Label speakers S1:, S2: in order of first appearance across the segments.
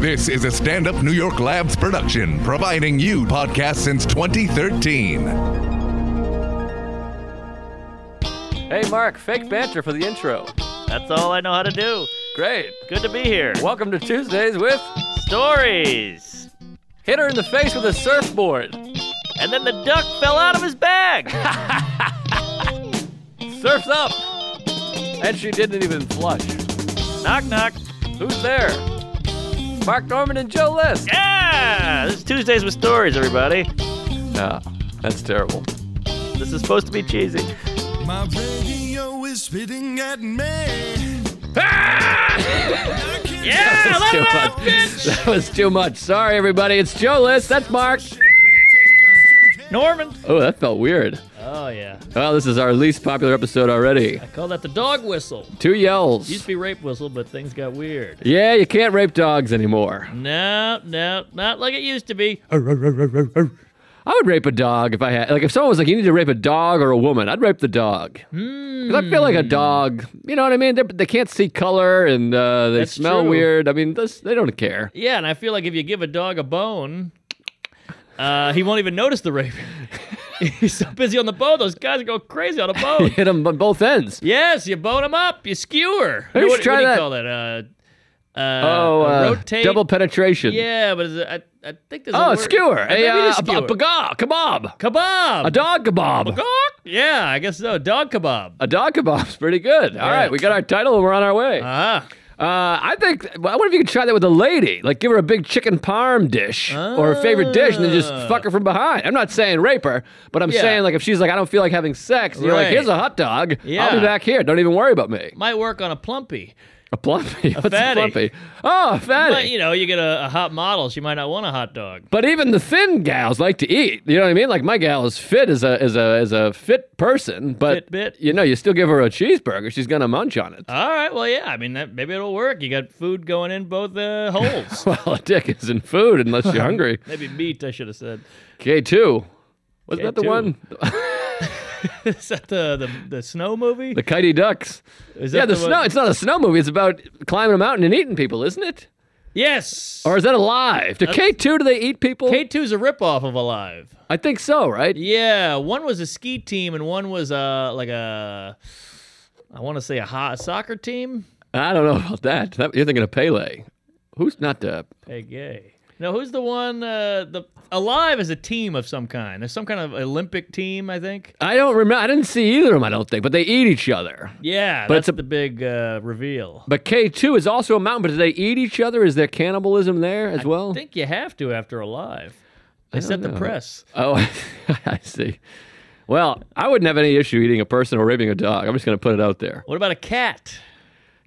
S1: This is a stand up New York Labs production, providing you podcasts since 2013.
S2: Hey, Mark, fake banter for the intro.
S3: That's all I know how to do.
S2: Great.
S3: Good to be here.
S2: Welcome to Tuesdays with
S3: Stories.
S2: Hit Her in the Face with a Surfboard.
S3: And then the duck fell out of his bag.
S2: Surf's up! And she didn't even flush.
S3: knock knock.
S2: Who's there? Mark Norman and Joe List.
S3: Yeah, this is Tuesdays with Stories, everybody.
S2: Ah, that's terrible.
S3: This is supposed to be cheesy.
S4: My radio is spitting at me.
S3: Yeah,
S2: That's too
S5: uh,
S2: much. That was too much. Sorry, everybody. It's Joe List. That's Mark.
S3: Norman.
S2: Oh, that felt weird.
S5: Oh yeah,
S2: Well, this is our least popular episode already.
S5: I call that the dog whistle.
S2: Two yells.
S5: Used to be rape whistle, but things got weird.
S2: Yeah, you can't rape dogs anymore.
S5: No, no, not like it used to be.
S2: I would rape a dog if I had, like, if someone was like, you need to rape a dog or a woman, I'd rape the dog.
S5: Hmm.
S2: Because I feel like a dog, you know what I mean? They're, they can't see color and uh, they
S5: That's
S2: smell
S5: true.
S2: weird. I mean, this, they don't care.
S5: Yeah, and I feel like if you give a dog a bone, uh, he won't even notice the rape. He's so busy on the bone. Those guys go crazy on a bone.
S2: Hit them on both ends.
S5: yes, you bone him up. You skewer.
S2: Hey,
S5: No,
S2: you
S5: what,
S2: should try
S5: what do
S2: that.
S5: you call that? Uh, uh,
S2: oh,
S5: a
S2: uh,
S5: rotate.
S2: double penetration.
S5: Yeah, but is it, I, I think there's a
S2: Oh, a
S5: word.
S2: skewer.
S5: Uh,
S2: A,
S5: maybe it
S2: uh,
S5: is
S2: a, a
S5: skewer.
S2: baga- kebab.
S5: kebab.
S2: A dog kebab.
S5: Yeah, I guess so. Dog kebab.
S2: A dog kebab's pretty good. All
S5: Yeah.
S2: right, we got our title and we're on our way. Uh,
S5: Ah.
S2: I think, well, I wonder if you could try that with a lady. Like, give her a big chicken parm dish or her favorite dish and then just
S5: Ah.
S2: fuck her from behind. I'm not saying rape her, but I'm
S5: Yeah.
S2: saying, like, if she's like, I don't feel like having sex, and you're like,
S5: Right.
S2: here's a hot dog. I'll
S5: Yeah.
S2: be back here. Don't even worry about me.
S5: might work on a plumpy.
S2: A plumpy. What's
S5: fatty.
S2: a plumpy? Oh, a fatty.
S5: But you know, you get a, a hot model, she might not want a hot dog.
S2: But even the thin gals like to eat. You know what I mean? Like my gal is fit as a as a as a fit person, but
S5: Fitbit.
S2: you know, you still give her a cheeseburger, she's gonna munch on it.
S5: All right, well, yeah, I mean, that maybe it'll work. You got food going in both uh, holes.
S2: well, a dick isn't food unless you're hungry.
S5: maybe meat, I should have said.
S2: K two. Wasn't that the
S5: K2.
S2: one?
S5: Is that the, the, the snow movie?
S2: The Kitey Ducks.
S5: Is that
S2: Yeah, the,
S5: one-
S2: snow. It's not a snow movie. It's about climbing a mountain and eating people, isn't it?
S5: Yes.
S2: Or is that alive? Do K two do they eat people?
S5: K2's a ripoff of Alive.
S2: I think so, right?
S5: Yeah, one was a ski team and one was uh, like a, I want to say a hot soccer team.
S2: I don't know about that. that you're thinking of Pele. Who's not the
S5: Hey, gay. No, who's the one? Uh, the Alive is a team of some kind. There's some kind of Olympic team, I think.
S2: I don't remember. I didn't see either of them. I don't think, but they eat each other.
S5: Yeah,
S2: But
S5: that's
S2: it's a-
S5: the big uh, reveal.
S2: But K two is also a mountain. But do they eat each other? Is there cannibalism there as well?
S5: I think you have to after Alive. They set the press.
S2: oh, I see. Well, I wouldn't have any issue eating a person or raping a dog. I'm just going to put it out there.
S5: What about a cat?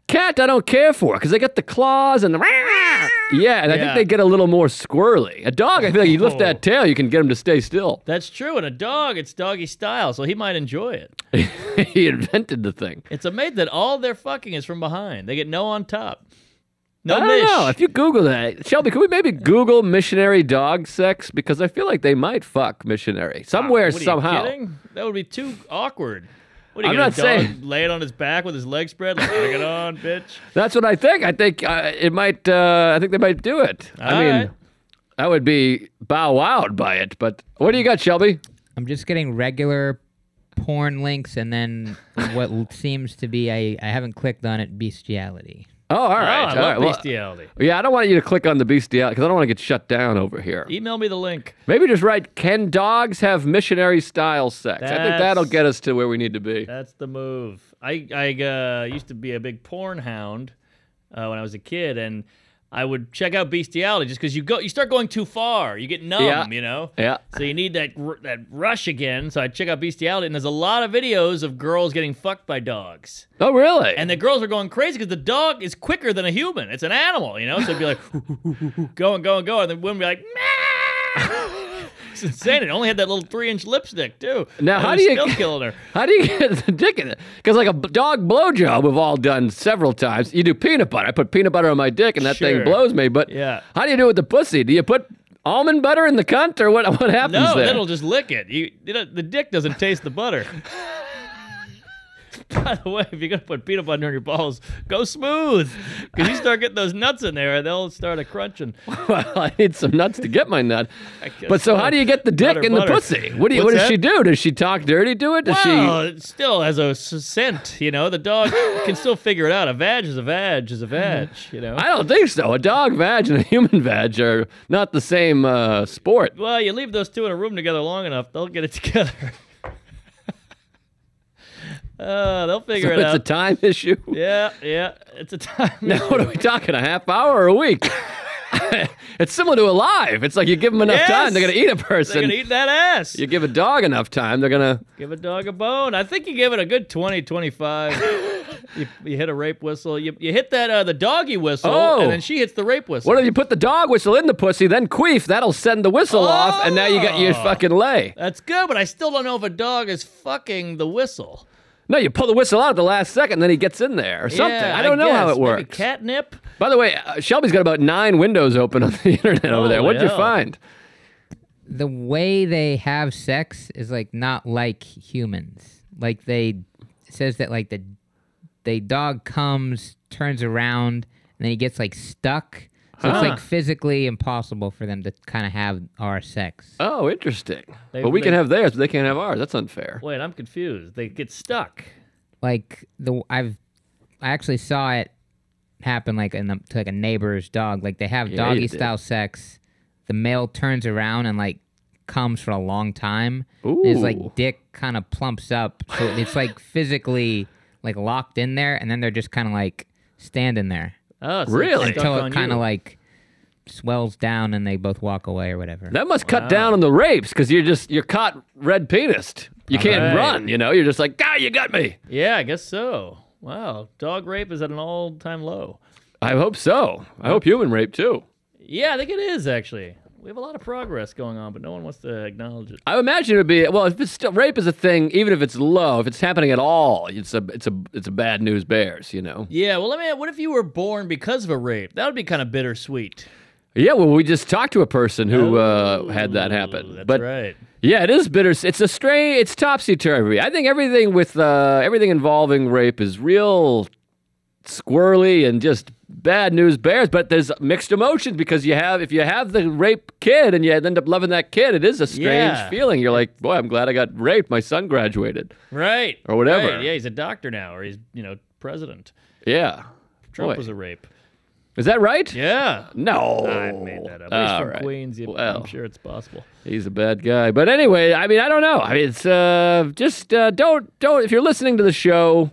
S2: Cat, I don't care for because they got the claws and the. Yeah, and I think
S5: Yeah. Oh.
S2: they get a little more squirrely. A dog, I feel like you lift that tail, you can get him to stay still.
S5: That's true. And a dog, it's doggy style, so he might enjoy it.
S2: he invented the thing.
S5: It's amazing that all their fucking is from behind. They get no on top. No
S2: I don't
S5: mish.
S2: know. If you Google that, Shelby, could we maybe Google missionary dog sex? Because I feel like they might fuck missionary somewhere,
S5: What are you
S2: somehow.
S5: kidding? That would be too awkward. What are you
S2: I'm
S5: gonna
S2: not
S5: dog
S2: saying-
S5: lay it on his back with his legs spread? Like, bring it on, bitch.
S2: That's what I think. I think uh, it might. Uh, I think they might do it. I
S5: All
S2: mean,
S5: right.
S2: I would be bow wowed by it. But what do you got, Shelby?
S6: I'm just getting regular porn links and then what l- seems to be I, I haven't clicked on it bestiality.
S2: Oh, all
S5: Oh,
S2: right.
S5: I
S2: all
S5: love
S2: right. Well,
S5: bestiality.
S2: yeah, I don't want you to click on the bestiality because I don't want to get shut down over here.
S5: Email me the link.
S2: Maybe just write, "Can dogs have missionary style sex?" I think
S5: That's-
S2: that'll get us to where we need to be.
S5: That's the move. I I uh, used to be a big porn hound uh, when I was a kid, and I would check out bestiality just because you go you start going too far, you get numb,
S2: Yeah.
S5: you know.
S2: Yeah.
S5: So you need that r- that rush again. So I check out bestiality, and there's a lot of videos of girls getting fucked by dogs,
S2: Oh, really?
S5: and the girls are going crazy because the dog is quicker than a human. It's an animal, you know. So it'd be like go and go and go, and the women would be like. "Meow." It's insane. It only had that little three-inch lipstick too.
S2: Now,
S5: And
S2: how
S5: it
S2: do
S5: was
S2: you-
S5: still killing her?
S2: How do you get the dick in it? Because like a b- dog blowjob, we've all done several times. You do peanut butter. I put peanut butter on my dick, and that thing
S5: Sure.
S2: blows me. But
S5: Yeah.
S2: how do you do it with the pussy? Do you put almond butter in the cunt, or what? What happens
S5: No,
S2: there?
S5: then it'll just lick it. You, you know, the dick doesn't taste the butter. By the way, if you're gonna put peanut butter on your balls, go smooth, because you start getting those nuts in there, and they'll start a crunching.
S2: well, I need some nuts to get my nut.
S5: guess
S2: But so,
S5: so.
S2: how do you get the dick
S5: Butter,
S2: and
S5: butter.
S2: the pussy? What do you? what
S5: What's
S2: does she
S5: that?
S2: do? Does she talk dirty to it? Does
S5: Well,
S2: she?
S5: it still has a s- scent, you know. The dog can still figure it out. A vag is a vag
S2: Mm-hmm.
S5: is a vag, you know.
S2: I don't think so. A dog vag and a human vag are not the same uh, sport.
S5: Well, you leave those two in a room together long enough, they'll get it together. uh, they'll figure it
S2: it's
S5: out.
S2: a time issue.
S5: yeah, yeah, it's a time.
S2: Now, what are we talking? A half hour or a week? it's similar to alive. It's like you give them enough time,
S5: Yes!
S2: they're gonna eat a
S5: They're
S2: person.
S5: gonna eat that ass.
S2: you give a dog enough time, they're gonna.
S5: Give a dog a bone. I think you give it a good 20, 25. you, you hit a rape whistle. You, you hit that uh, the doggy whistle,
S2: Oh.
S5: and then she hits the rape whistle.
S2: What if you put the dog whistle in the pussy, then queef? That'll send the whistle off, and now you got your
S5: Oh.
S2: fucking lay.
S5: That's good, but I still don't know if a dog is fucking the whistle.
S2: No, you pull the whistle out at the last second, then he gets in there or something.
S5: Yeah,
S2: I don't know how
S5: guess.
S2: it
S5: Maybe
S2: works.
S5: catnip.
S2: By the way, uh, Shelby's got about nine windows open on the internet over there.
S5: Holy
S2: What'd you
S5: hell.
S2: find?
S6: the way they have sex is like not like humans. Like they it says that like the the dog comes, turns around, and then he gets like stuck. So it's like physically impossible for them to kind of have our sex.
S2: Oh, interesting.
S5: They-
S2: but we
S5: they-
S2: can have theirs, but they can't have ours. That's unfair.
S5: Wait, I'm confused. They get stuck.
S6: Like the I've I actually saw it happen like in the, to like a neighbor's dog. Like they have
S2: Yeah, you
S6: doggy
S2: did.
S6: style sex. The male turns around and like comes for a long time. And His
S2: Ooh.
S6: like dick kind of plumps up, so it's like physically like locked in there, and then they're just kind of like standing there
S5: Oh, so it's
S2: Really?
S5: stuck
S6: until
S5: on
S6: it kind of
S5: you.
S6: like swells down and they both walk away or whatever.
S2: That must cut down on the rapes because you're just you're caught red penised. You can't
S5: Right.
S2: run. You know, you're just like God, you got me.
S5: Yeah, I guess so. Wow, dog rape is at an all-time low.
S2: I hope so. I hope human rape too.
S5: Yeah, I think it is actually. We have a lot of progress going on, but no one wants to acknowledge it.
S2: I imagine it would be well. If it's still, rape is a thing, even if it's low, if it's happening at all, it's a it's a it's a bad news bears. You know.
S5: Yeah, well, let me. What if you were born because of a rape? That would be kind of bittersweet.
S2: Yeah. Well, we just talked to a person who uh, had that happen.
S5: Oh, That's
S2: but
S5: right.
S2: yeah, it is bitter. It's a stray. It's topsy turvy. I think everything with uh, everything involving rape is real squirrely and just bad news bears. But there's mixed emotions because you have if you have the rape kid and you end up loving that kid, it is a strange
S5: Yeah.
S2: feeling. You're like, boy, I'm glad I got raped. My son graduated.
S5: Right.
S2: Or whatever.
S5: Right, Yeah, he's a doctor now, or he's you know president.
S2: Yeah.
S5: Trump
S2: Boy.
S5: was a rape.
S2: Is that right?
S5: Yeah.
S2: No.
S5: I made that up. He's
S2: All
S5: from
S2: right.
S5: Queens. You,
S2: Well.
S5: I'm sure it's possible.
S2: He's a bad guy. But anyway, I mean, I don't know. I mean, it's uh, just uh, don't don't if you're listening to the show,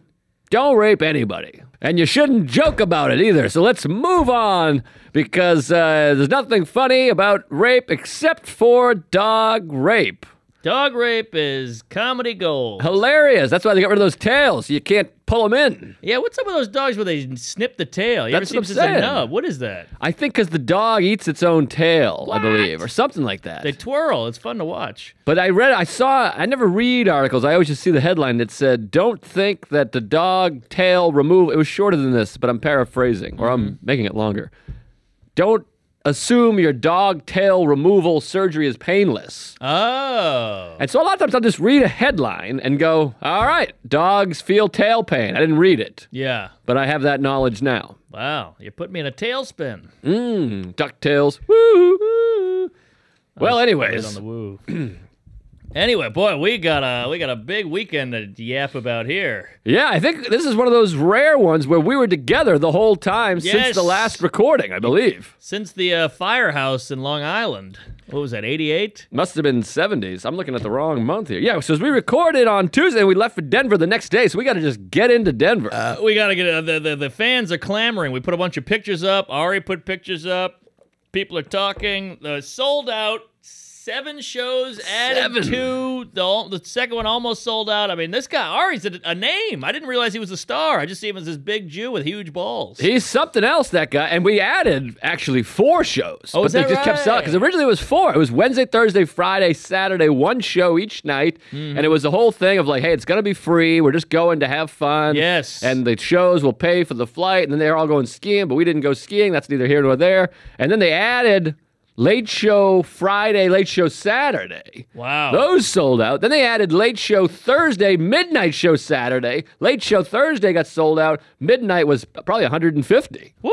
S2: don't rape anybody, and you shouldn't joke about it either. So let's move on because uh, there's nothing funny about rape except for dog rape.
S5: Dog rape is comedy gold.
S2: Hilarious. That's why they got rid of those tails. You can't pull them in.
S5: Yeah, what's up with those dogs where they snip the tail? You
S2: That's
S5: ever
S2: what I'm
S5: seen this in
S2: saying.
S5: a nub? What is that?
S2: I think because the dog eats its own tail, I believe, or something like that.
S5: They twirl. It's fun to watch.
S2: But I read, I saw, I never read articles. I always just see the headline that said, "Don't think that the dog tail remove." It was shorter than this, but I'm paraphrasing or I'm
S5: Mm-hmm.
S2: making it longer. Don't assume your dog tail removal surgery is painless.
S5: Oh.
S2: And so a lot of times I'll just read a headline and go, "All right, dogs feel tail pain." I didn't read it,
S5: Yeah.
S2: but I have that knowledge now.
S5: Wow. You put me in a tailspin.
S2: Mm, Ducktales. Woo. Well,
S5: Right on
S2: anyways,
S5: the woo. anyway, boy, we got a we got a big weekend to yap about here.
S2: Yeah, I think this is one of those rare ones where we were together the whole time since
S5: Yes.
S2: the last recording, I believe.
S5: Since the uh, firehouse in Long Island, what was that? Eighty-eight.
S2: Must have been 70s. I'm looking at the wrong month here. Yeah, so as we recorded on Tuesday and we left for Denver the next day, so we got to just get into Denver.
S5: We gotta get uh, the, the the fans are clamoring. We put a bunch of pictures up. Ari put pictures up. People are talking. The sold out. Seven shows added
S2: Seven.
S5: to the al- the second one almost sold out. I mean, this guy Ari's a, a name. I didn't realize he was a star. I just see him as this big Jew with huge balls.
S2: He's something else, that guy. And we added actually four shows.
S5: Oh,
S2: but
S5: is
S2: they
S5: that
S2: just kept selling
S5: right?
S2: because originally it was four. It was Wednesday, Thursday, Friday, Saturday, one show each night.
S5: Mm-hmm.
S2: And it was the whole thing of like, hey, it's gonna be free. We're just going to have fun.
S5: Yes.
S2: And the shows will pay for the flight. And then they're all going skiing, but we didn't go skiing. That's neither here nor there. And then they added Late Show Friday, Late Show Saturday.
S5: Wow.
S2: Those sold out. Then they added Late Show Thursday, Midnight Show Saturday. Late Show Thursday got sold out. Midnight was probably 150.
S5: Woo!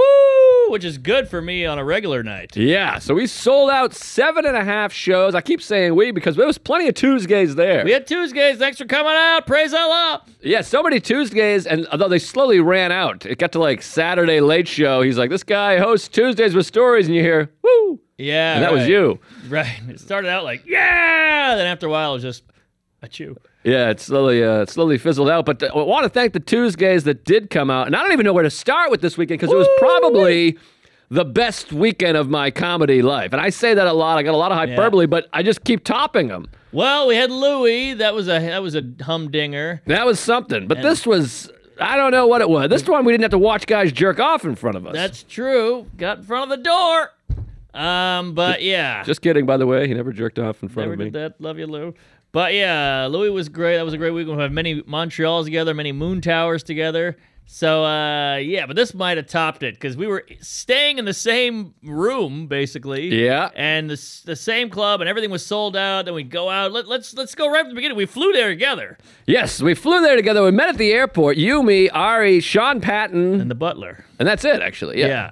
S5: Which is good for me on a regular night.
S2: Yeah, so we sold out seven and a half shows. I keep saying we because there was plenty of Tuesdays there.
S5: We had Tuesdays. Thanks for coming out. Praise Allah.
S2: Yeah, so many Tuesdays, and although they slowly ran out, it got to like Saturday Late Show. He's like, this guy hosts Tuesdays with stories, and you hear, woo!
S5: Yeah.
S2: And that was
S5: right.
S2: you.
S5: Right. It started out like, yeah. Then after a while, it was just a chew.
S2: Yeah, it slowly uh, it slowly fizzled out. But uh, I want to thank the Tuesdays that did come out, and I don't even know where to start with this weekend because it was probably the best weekend of my comedy life. And I say that a lot. I got a lot of hyperbole, but I just keep topping them.
S5: Well, we had Louis. That was a that was a humdinger.
S2: That was something. But this was I don't know what it was. This one we didn't have to watch guys jerk off in front of us.
S5: That's true. Got in front of the door. Um, but yeah,
S2: just kidding, by the way. He never jerked off in front
S5: never
S2: of me.
S5: did that. Love you, Lou. But yeah, Louis was great. That was a great week. We had many Montreals together, many Moon Towers together. So uh, yeah, but this might have topped it because we were staying in the same room basically.
S2: Yeah.
S5: and the, s- the same club and everything was sold out. Then we go out. Let, let's let's go right from the beginning. We flew there together.
S2: Yes, we flew there together. We met at the airport. You, me, Ari, Sean Patton,
S5: And the butler.
S2: and that's it, actually. Yeah.
S5: Yeah.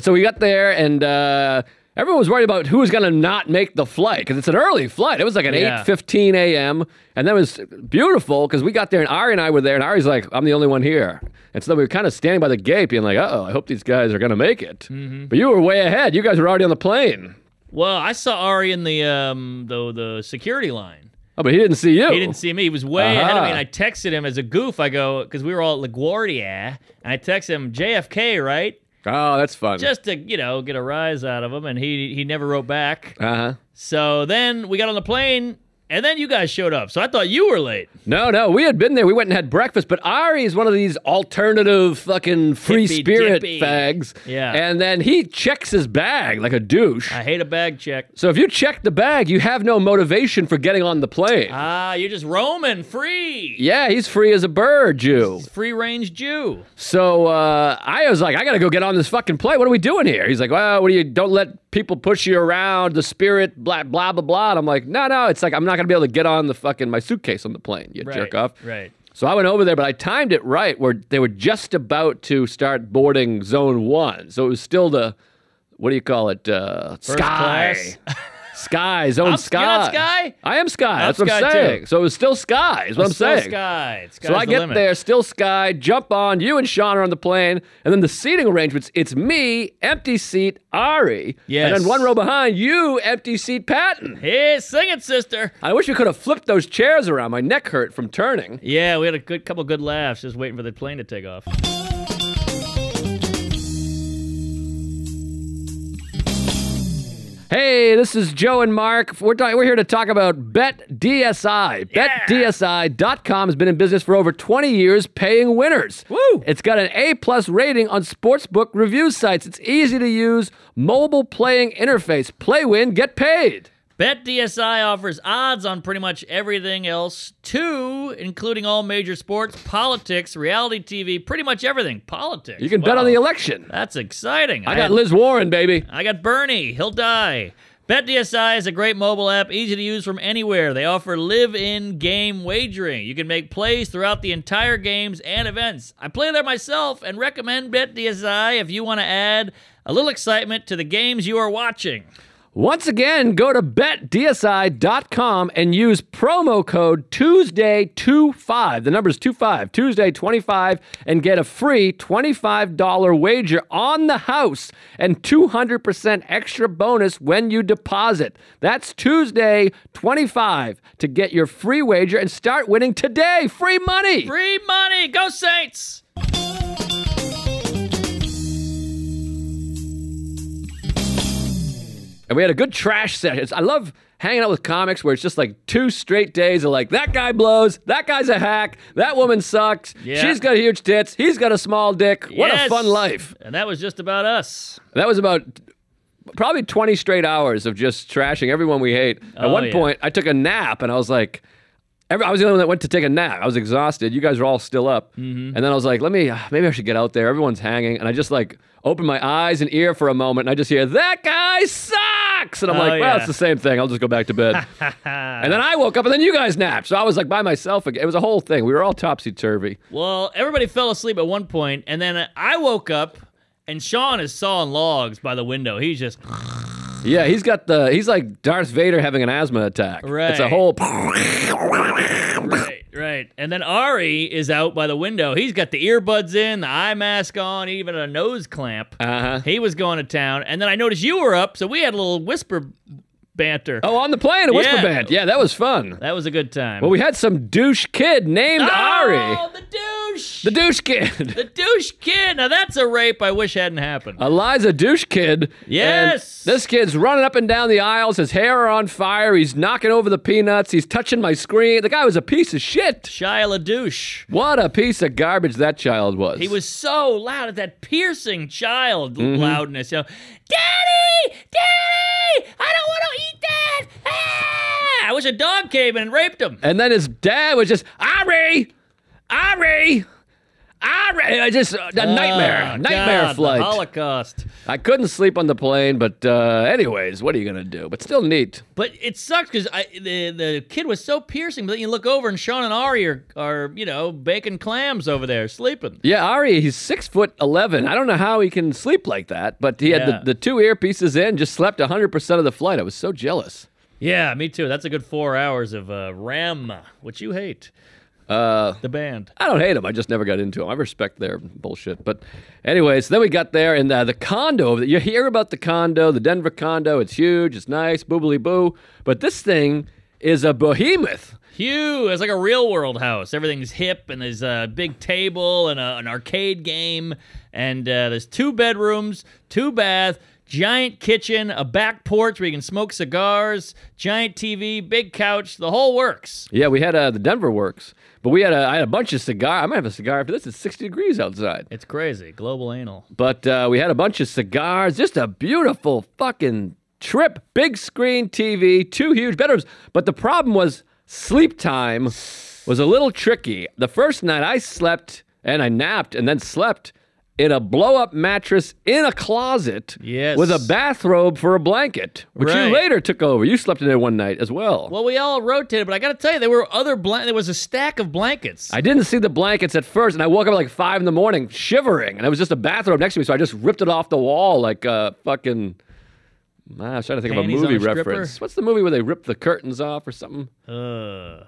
S2: So we got there, and uh, everyone was worried about who was going to not make the flight because it's an early flight. It was like an
S5: Yeah.
S2: eight fifteen a.m. and that was beautiful because we got there, and Ari and I were there, and Ari's like, "I'm the only one here," and so then we were kind of standing by the gate, being like, "Uh oh, I hope these guys are going to make it."
S5: Mm-hmm.
S2: But you were way ahead. You guys were already on the plane.
S5: Well, I saw Ari in the um the the security line.
S2: Oh, but he didn't see you.
S5: He didn't see me. He was way ahead of
S2: Uh-huh.
S5: me, and I texted him as a goof. I go because we were all at LaGuardia, and I texted him JFK, right?
S2: Oh, that's fun.
S5: Just to you know get a rise out of him, and he he never wrote back.
S2: uh huh.
S5: So then we got on the plane, and then you guys showed up. So I thought you were late.
S2: No, no, we had been there. We went and had breakfast, but Ari is one of these alternative fucking free
S5: Hippy
S2: spirit
S5: dippy.
S2: fags.
S5: Yeah.
S2: And then he checks his bag like a douche.
S5: I hate a bag check.
S2: so if you check the bag, you have no motivation for getting on the plane.
S5: Ah, you're just roaming free.
S2: yeah, he's free as a bird, Jew.
S5: Free range Jew.
S2: So uh, I was like, I gotta go get on this fucking plane. What are we doing here? He's like, well, what do you? Don't let people push you around. The spirit, blah blah blah blah. And I'm like, no, no. It's like I'm not gonna be able to get on the fucking my suitcase on the plane. You
S5: Right,
S2: jerk off.
S5: Right.
S2: So I went over there, but I timed it right where they were just about to start boarding zone one. So it was still the, what do you call it? Uh, sky.
S5: class?
S2: Sky, zone
S5: I'm-
S2: sky.
S5: you're not sky?
S2: I am sky.
S5: I'm
S2: That's what
S5: sky,
S2: I'm
S5: too.
S2: saying. So it was still sky, is what I'm
S5: Still
S2: saying.
S5: Sky. Sky's
S2: So I
S5: the
S2: get
S5: limit.
S2: there, still sky, jump on. You and Sean are on the plane, and then the seating arrangements. It's me, empty seat, Ari, and
S5: Yes.
S2: then one row behind you, empty seat, Patton.
S5: Hey, sing it, sister.
S2: I wish we could have flipped those chairs around. My neck hurt from turning.
S5: Yeah, we had a good couple good laughs just waiting for the plane to take off.
S2: Hey, this is Joe and Mark. We're, talking, we're here to talk about BetDSI. BetDSI.com has been in business for over 20 years paying winners.
S5: Woo!
S2: It's got an A-plus rating on sportsbook review sites. It's easy to use, mobile playing interface. Play win, get paid.
S5: BetDSI offers odds on pretty much everything else, too, including all major sports, politics, reality TV, pretty much everything. Politics.
S2: You can
S5: Wow.
S2: bet on the election.
S5: That's exciting.
S2: I got Liz Warren, baby.
S5: I got Bernie. He'll die. BetDSI is a great mobile app, easy to use from anywhere. They offer live in game wagering. You can make plays throughout the entire games and events. I play there myself and recommend BetDSI if you want to add a little excitement to the games you are watching.
S2: Once again, go to betdsi.com and use promo code Tuesday25. The number is 25, Tuesday25, and get a free $25 wager on the house and 200% extra bonus when you deposit. That's Tuesday25 to get your free wager and start winning today. Free money.
S5: Free money! Go Saints!
S2: And we had a good trash session. It's- I love hanging out with comics where it's just like two straight days of like, that guy blows, that guy's a hack, that woman sucks,
S5: Yeah.
S2: she's got huge tits, he's got a small dick. What
S5: Yes!
S2: a fun life.
S5: And that was just about us.
S2: That was about probably 20 straight hours of just trashing everyone we hate. At
S5: Oh,
S2: one
S5: yeah.
S2: point, I took a nap and I was like, Every, I was the only one that went to take a nap. I was exhausted. You guys were all still up. And
S5: Mm-hmm.
S2: then I was like, let me, uh, maybe I should get out there. Everyone's hanging. And I just like open my eyes and ear for a moment and I just hear, that guy sucks. And I'm
S5: Oh,
S2: like, well,
S5: yeah.
S2: it's the same thing. I'll just go back to bed. and then I woke up and then you guys napped. So I was like by myself again. It was a whole thing. We were all topsy turvy.
S5: Well, everybody fell asleep at one point, and then I woke up, and Sean is sawing logs by the window. He's just
S2: Yeah, he's got the, he's like Darth Vader having an asthma attack. It's a
S5: Right.
S2: whole,
S5: right, right. And then Ari is out by the window. He's got the earbuds in, the eye mask on, even a nose clamp.
S2: Uh-huh.
S5: He was going to town, and then I noticed you were up, so we had a little whisper banter.
S2: oh, on the plane, a whisper
S5: Yeah.
S2: band. Yeah, that was fun.
S5: That was a good time.
S2: Well, we had some douche kid named Ari.
S5: Oh, the douche.
S2: The douche kid.
S5: The douche kid. Now that's a rape I wish hadn't happened.
S2: Eliza douche kid.
S5: Yes.
S2: And this kid's running up and down the aisles. His hair are on fire. He's knocking over the peanuts. He's touching my screen. The guy was a piece of shit.
S5: Shia LaDouche.
S2: What a piece of garbage that child was.
S5: He was so loud at that piercing child
S2: Mm-hmm.
S5: loudness. You know, Daddy, Daddy, I don't want to eat that. Ah! I wish a dog came in and raped him.
S2: And then his dad was just Ari, Ari, Ari. I just a nightmare,
S5: Ah,
S2: nightmare
S5: God, the
S2: flight.
S5: Holocaust.
S2: I couldn't sleep on the plane, but uh, anyways, what are you gonna do? But still neat.
S5: But it sucks because the the kid was so piercing. But then you look over and Sean and Ari are, are you know baking clams over there sleeping.
S2: Yeah, Ari, he's six foot eleven. I don't know how he can sleep like that, but he had
S5: Yeah.
S2: the, the two earpieces in, just slept hundred percent of the flight. I was so jealous.
S5: Yeah, me too. That's a good four hours of uh, REM, which you hate. Uh, the band.
S2: I don't hate him. I just never got into him. I respect their bullshit. But, anyways, then we got there, and uh, the condo. You hear about the condo, the Denver condo. It's huge. It's nice. Boobly boo. But this thing is a behemoth.
S5: Hugh, it's like a real world house. Everything's hip, and there's a big table and a, an arcade game, and uh, there's two bedrooms, two bath, giant kitchen, a back porch where you can smoke cigars, giant TV, big couch, the whole works.
S2: Yeah, we had uh, the Denver Works, but we had a, I had a bunch of cigar. I might have a cigar after this. It's sixty degrees outside.
S5: It's crazy. Global anal.
S2: But uh, we had a bunch of cigars. Just a beautiful fucking trip. Big screen TV, two huge bedrooms. But the problem was sleep time was a little tricky. The first night I slept and I napped and then slept in a blow up mattress in a closet
S5: Yes.
S2: with a bathrobe for a blanket, which
S5: Right.
S2: you later took over. You slept in there one night as well.
S5: Well, we all rotated, but I got to tell you, there were other blan- There was a stack of blankets.
S2: I didn't see the blankets at first, and I woke up at like five in the morning shivering, and it was just a bathrobe next to me, so I just ripped it off the wall like uh, fucking. I was trying to think
S5: Panties
S2: of a
S5: on
S2: movie
S5: a stripper?
S2: reference. What's the movie where they rip the curtains off or something?
S5: Ugh.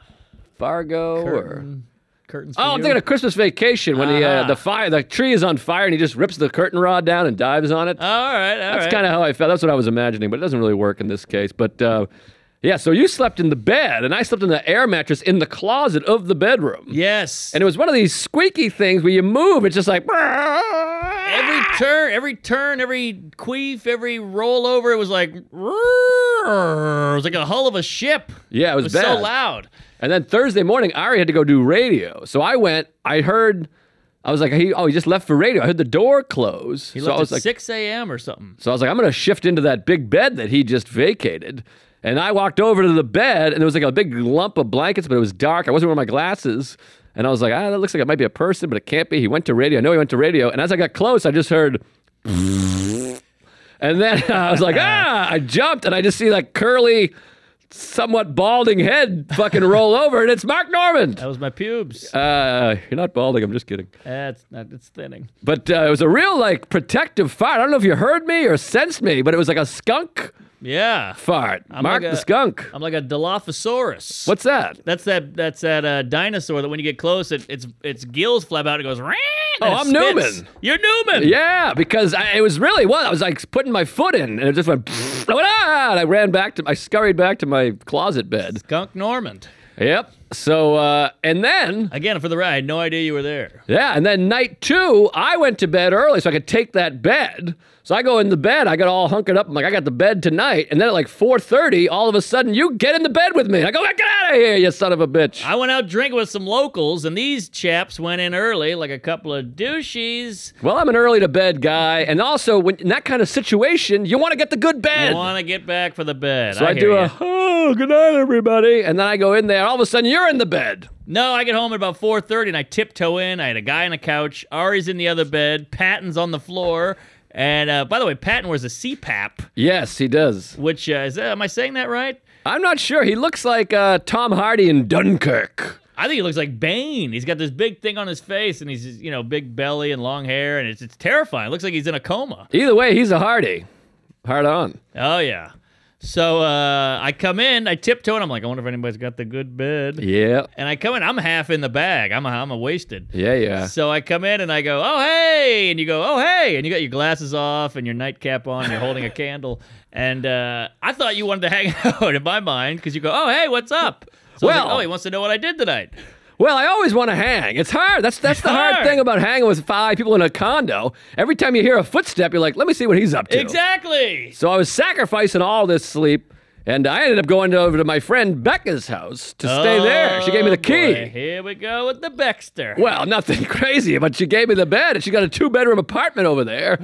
S2: Fargo or.
S5: Curtain- curtains. for
S2: Oh, I'm
S5: you?
S2: thinking of Christmas Vacation when the uh,
S5: Ah.
S2: the fire the tree is on fire and he just rips the curtain rod down and dives on it.
S5: All right, all
S2: That's
S5: right.
S2: kind of how I felt. That's what I was imagining, but it doesn't really work in this case. But uh, yeah, so you slept in the bed and I slept in the air mattress in the closet of the bedroom.
S5: yes.
S2: And it was one of these squeaky things where you move, it's just like.
S5: Every turn, every turn, every queef, every rollover, it was like "Roar." it was like a hull of a ship.
S2: Yeah, it was,
S5: It was
S2: bad.
S5: so loud.
S2: And then Thursday morning, Ari had to go do radio. So I went, I heard, I was like, he, oh, he just left for radio. I heard the door close.
S5: He
S2: so
S5: left
S2: I was
S5: at
S2: like,
S5: 6 a.m. or something.
S2: so I was like, I'm going to shift into that big bed that he just vacated. And I walked over to the bed and there was like a big lump of blankets, but it was dark. I wasn't wearing my glasses. And I was like, ah, that looks like it might be a person, but it can't be. He went to radio. I know he went to radio. And as I got close, I just heard. And then I was like, ah, I jumped and I just see like curly, somewhat balding head fucking roll over and it's Mark Norman.
S5: That was my pubes.
S2: Uh, you're not balding. I'm just kidding.
S5: That's not, it's thinning.
S2: But uh, it was a real like protective fart. I don't know if you heard me or sensed me, but it was like a skunk
S5: Yeah.
S2: fart. Mark
S5: like
S2: the
S5: a-
S2: skunk.
S5: I'm like a Dilophosaurus.
S2: What's that?
S5: That's that. That's that uh, dinosaur that when you get close, it, its its gills flap out. It goes. "Rah," and
S2: Oh,
S5: it
S2: I'm
S5: spits.
S2: Newman.
S5: You're Newman.
S2: Yeah, because I, it was really what I was like putting my foot in, and it just went. I went, ah, and I ran back to. I scurried back to my closet bed.
S5: Skunk Normand.
S2: Yep. So uh, and then
S5: Again for the ride. No idea you were there.
S2: Yeah, and then night two, I went to bed early so I could take that bed. So I go in the bed, I got all hunkered up. I'm like, I got the bed tonight. And then at like 4:30, all of a sudden, you get in the bed with me. I go, get out of here, you son of a bitch.
S5: I went out drinking with some locals, and these chaps went in early, like a couple of douches.
S2: well, I'm an early to bed guy, and also when in that kind of situation, you want to get the good bed.
S5: want to get back for the bed.
S2: so I,
S5: I,
S2: do
S5: hear
S2: a
S5: ya.
S2: oh, good night, everybody, and then I go in there. All of a sudden, you you're in the bed.
S5: No, I get home at about 4:30 and I tiptoe in. I had a guy on a couch. Ari's in the other bed. Patton's on the floor. And uh, by the way, Patton wears a CPAP,
S2: Yes, he does.
S5: which uh, is that, am I saying that right?
S2: I'm not sure. He looks like uh, Tom Hardy in Dunkirk.
S5: I think he looks like Bane. He's got this big thing on his face, and he's just, you know big belly and long hair, and it's it's terrifying. It looks like he's in a coma.
S2: Either way, he's a Hardy. Hard on.
S5: Oh yeah. So uh, I come in, I tiptoe, and I'm like, I wonder if anybody's got the good bed.
S2: Yeah.
S5: And I come in, I'm half in the bag. I'm a, I'm a wasted.
S2: Yeah, yeah.
S5: So I come in and I go, oh hey, and you go, oh hey, and you got your glasses off and your nightcap on, and you're holding a candle, and uh, I thought you wanted to hang out in my mind because you go, oh hey, what's up? So I was like,
S2: Well-
S5: oh, he wants to know what I did tonight.
S2: Well, I always want to hang. It's hard. That's that's the hard.
S5: hard.
S2: thing about hanging with five people in a condo. Every time you hear a footstep, you're like, let me see what he's up to.
S5: Exactly.
S2: So I was sacrificing all this sleep, and I ended up going over to my friend Becca's house to stay there. She gave me the
S5: Oh,
S2: key.
S5: boy. Here we go with the Baxter.
S2: Well, nothing crazy, but she gave me the bed, and she got a two-bedroom apartment over there.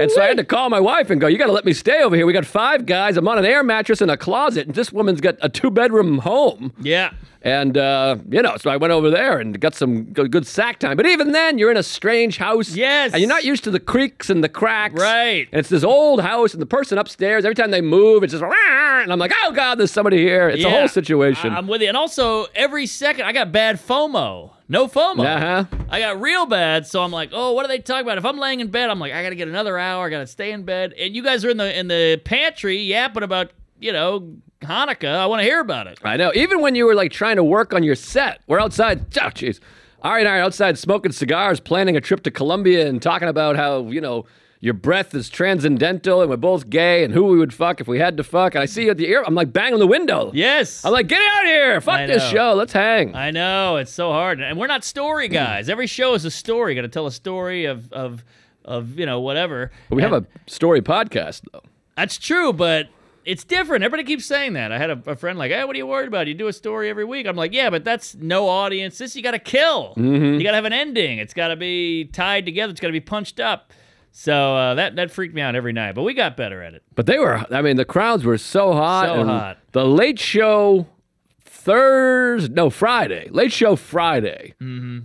S2: And so I had to call my wife and go, "You got to let me stay over here. We got five guys. I'm on an air mattress in a closet, and this woman's got a two-bedroom home."
S5: Yeah.
S2: And uh, you know, so I went over there and got some go- good sack time. But even then, you're in a strange house.
S5: Yes.
S2: And you're not used to the creaks and the cracks.
S5: Right.
S2: And it's this old house, and the person upstairs. Every time they move, it's just "Rah!" and I'm like, oh god, there's somebody here. It's a
S5: Yeah.
S2: whole situation.
S5: I- I'm with you. And also, every second, I got bad FOMO. No FOMO.
S2: Uh-huh.
S5: I got real bad, so I'm like, oh, what are they talking about? If I'm laying in bed, I'm like, I gotta get another hour. I gotta stay in bed. And you guys are in the in the pantry yapping about, you know, Hanukkah. I want to hear about it.
S2: I know. Even when you were like trying to work on your set, we're outside. Oh, jeez. Ari and I are outside smoking cigars, planning a trip to Colombia, and talking about how you know your breath is transcendental, and we're both gay, and who we would fuck if we had to fuck. And I see you at the ear. I'm like banging the window.
S5: Yes.
S2: I'm like, get out here! Fuck
S5: I
S2: this
S5: know.
S2: show. Let's hang.
S5: I know it's so hard, and we're not story guys. Every show is a story. Got to tell a story of of of you know whatever.
S2: we have
S5: And-
S2: a story podcast though.
S5: That's true, but it's different. Everybody keeps saying that. I had a, a friend like, "Hey, what are you worried about? You do a story every week." I'm like, "Yeah, but that's no audience. This you got to kill. You got to have an ending. It's got to be tied together. It's got to be punched up." So uh, that that freaked me out every night, but we got better at it.
S2: But they were. I mean, the crowds were so hot.
S5: So
S2: and
S5: hot.
S2: The Late Show Thursday, no Friday. Late Show Friday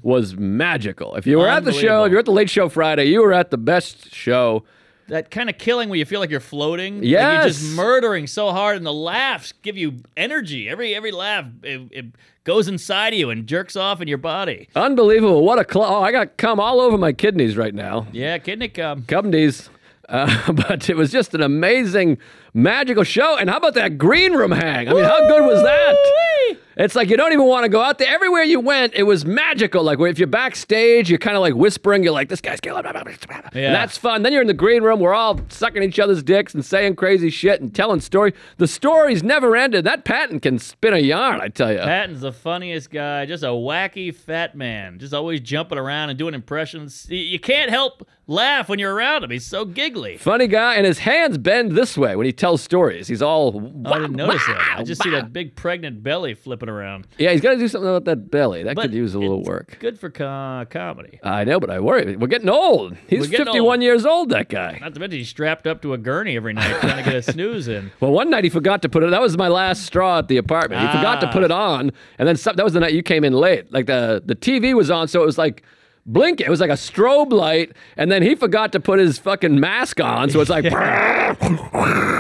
S2: was magical. If you were at the show,
S5: Mm-hmm. Unbelievable.
S2: if you were at the Late Show Friday, you were at the best show.
S5: That kind of killing where you feel like you're floating. like you're
S2: Yes.
S5: just murdering so hard, and the laughs give you energy. Every every laugh it, it goes inside of you and jerks off in your body.
S2: Unbelievable. What a cl- oh, I got cum all over my kidneys right now.
S5: Yeah, kidney cum.
S2: Cumdies. Uh, but it was just an amazing, magical show. And how about that green room hang? I mean, how good was that? It's like you don't even want to go out there. Everywhere you went, it was magical. Like if you're backstage, you're kind of like whispering. You're like, "This guy's killing." Blah, blah, blah, blah.
S5: Yeah.
S2: And that's fun. Then you're in the green room. We're all sucking each other's dicks and saying crazy shit and telling story. The stories never ended. That Patton can spin a yarn. I tell you.
S5: Patton's the funniest guy, just a wacky fat man, just always jumping around and doing impressions. Y- You can't help laugh when you're around him. He's so giggly.
S2: Funny guy, and his hands bend this way when he tells stories. He's all.
S5: Oh, I didn't notice that. I just see that big pregnant belly flipping around.
S2: Yeah, he's got to do something about that belly. That
S5: But
S2: could use a little
S5: it's
S2: work.
S5: Good for co- comedy.
S2: I know, but I worry. We're getting old. He's
S5: We're getting
S2: 51
S5: old.
S2: years old, that guy.
S5: Not to mention he's strapped up to a gurney every night trying to get a snooze in.
S2: Well, one night he forgot to put it. That was my last straw at the apartment. He forgot to
S5: Ah.
S2: put it on, and then some, that was the night you came in late. Like the the TV was on, so it was like blinking. It was like a strobe light, and then he forgot to put his fucking mask on, so it's like.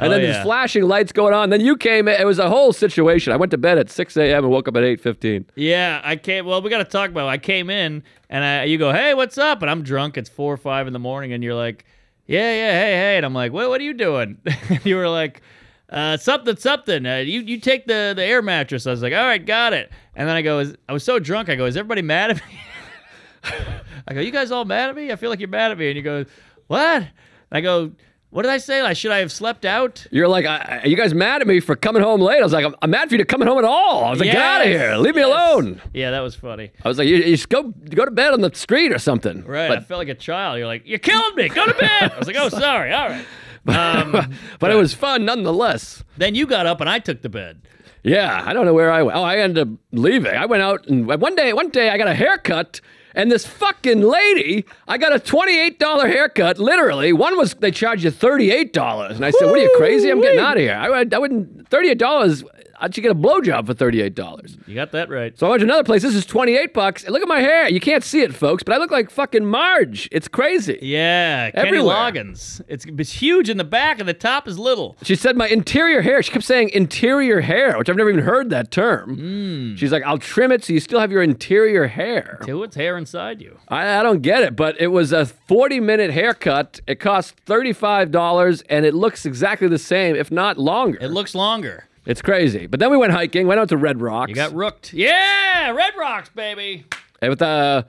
S2: And
S5: Oh,
S2: then there's
S5: yeah.
S2: flashing lights going on. Then you came in. It was a whole situation. I went to bed at 6 a.m. and woke up at 8:15.
S5: Yeah, I came. Well, we got to talk about. I came in and I, you go, hey, what's up? And I'm drunk. It's four or five in the morning, and you're like, yeah, yeah, hey, hey. And I'm like, what? What are you doing? you were like, uh, something, something. Uh, you you take the the air mattress. I was like, all right, got it. And then I go, is, I was so drunk. I go, is everybody mad at me? I go, you guys all mad at me? I feel like you're mad at me. And you go, what? And I go, what did I say? Like, should I have slept out?
S2: You're like, I, I- you guys mad at me for coming home late? I was like, I'm, I'm mad for you to coming home at all. I was like, get out of
S5: Yes,
S2: here. Leave me
S5: yes.
S2: alone.
S5: Yeah, that was funny.
S2: I was like, you, you just go go to bed on the street or something.
S5: Right. I
S2: But,
S5: felt like a child. You're like, you're killing me. Go to bed. I was like, oh, sorry. All right. Um,
S2: but it was fun nonetheless.
S5: then you got up and I took the bed.
S2: Yeah. I don't know where I went. Oh, I ended up leaving. I went out and one day, one day I got a haircut. And this fucking lady, I got a $28 haircut, literally. One was, they charged you $38. And I said, What are you crazy? I'm getting out of here. I, would- I wouldn't, $38. I'd you get a blowjob for thirty-eight dollars.
S5: You got that right.
S2: So I went to another place. This is twenty-eight bucks. And look at my hair. You can't see it, folks, but I look like fucking Marge. It's crazy.
S5: Yeah, Kenny
S2: Everywhere.
S5: Loggins. It's, it's huge in the back, and the top is little.
S2: She said my interior hair. She kept saying interior hair, which I've never even heard that term.
S5: Hmm.
S2: She's like, I'll trim it so you still have your interior hair.
S5: Dude, what's hair inside you?
S2: I, I don't get it, but it was a 40 minute haircut. It cost $35 and it looks exactly the same, if not longer.
S5: It looks longer.
S2: it's crazy. But then we went hiking, went out to Red Rocks
S5: You got rooked. Yeah, Red Rocks, baby.
S2: and with uh,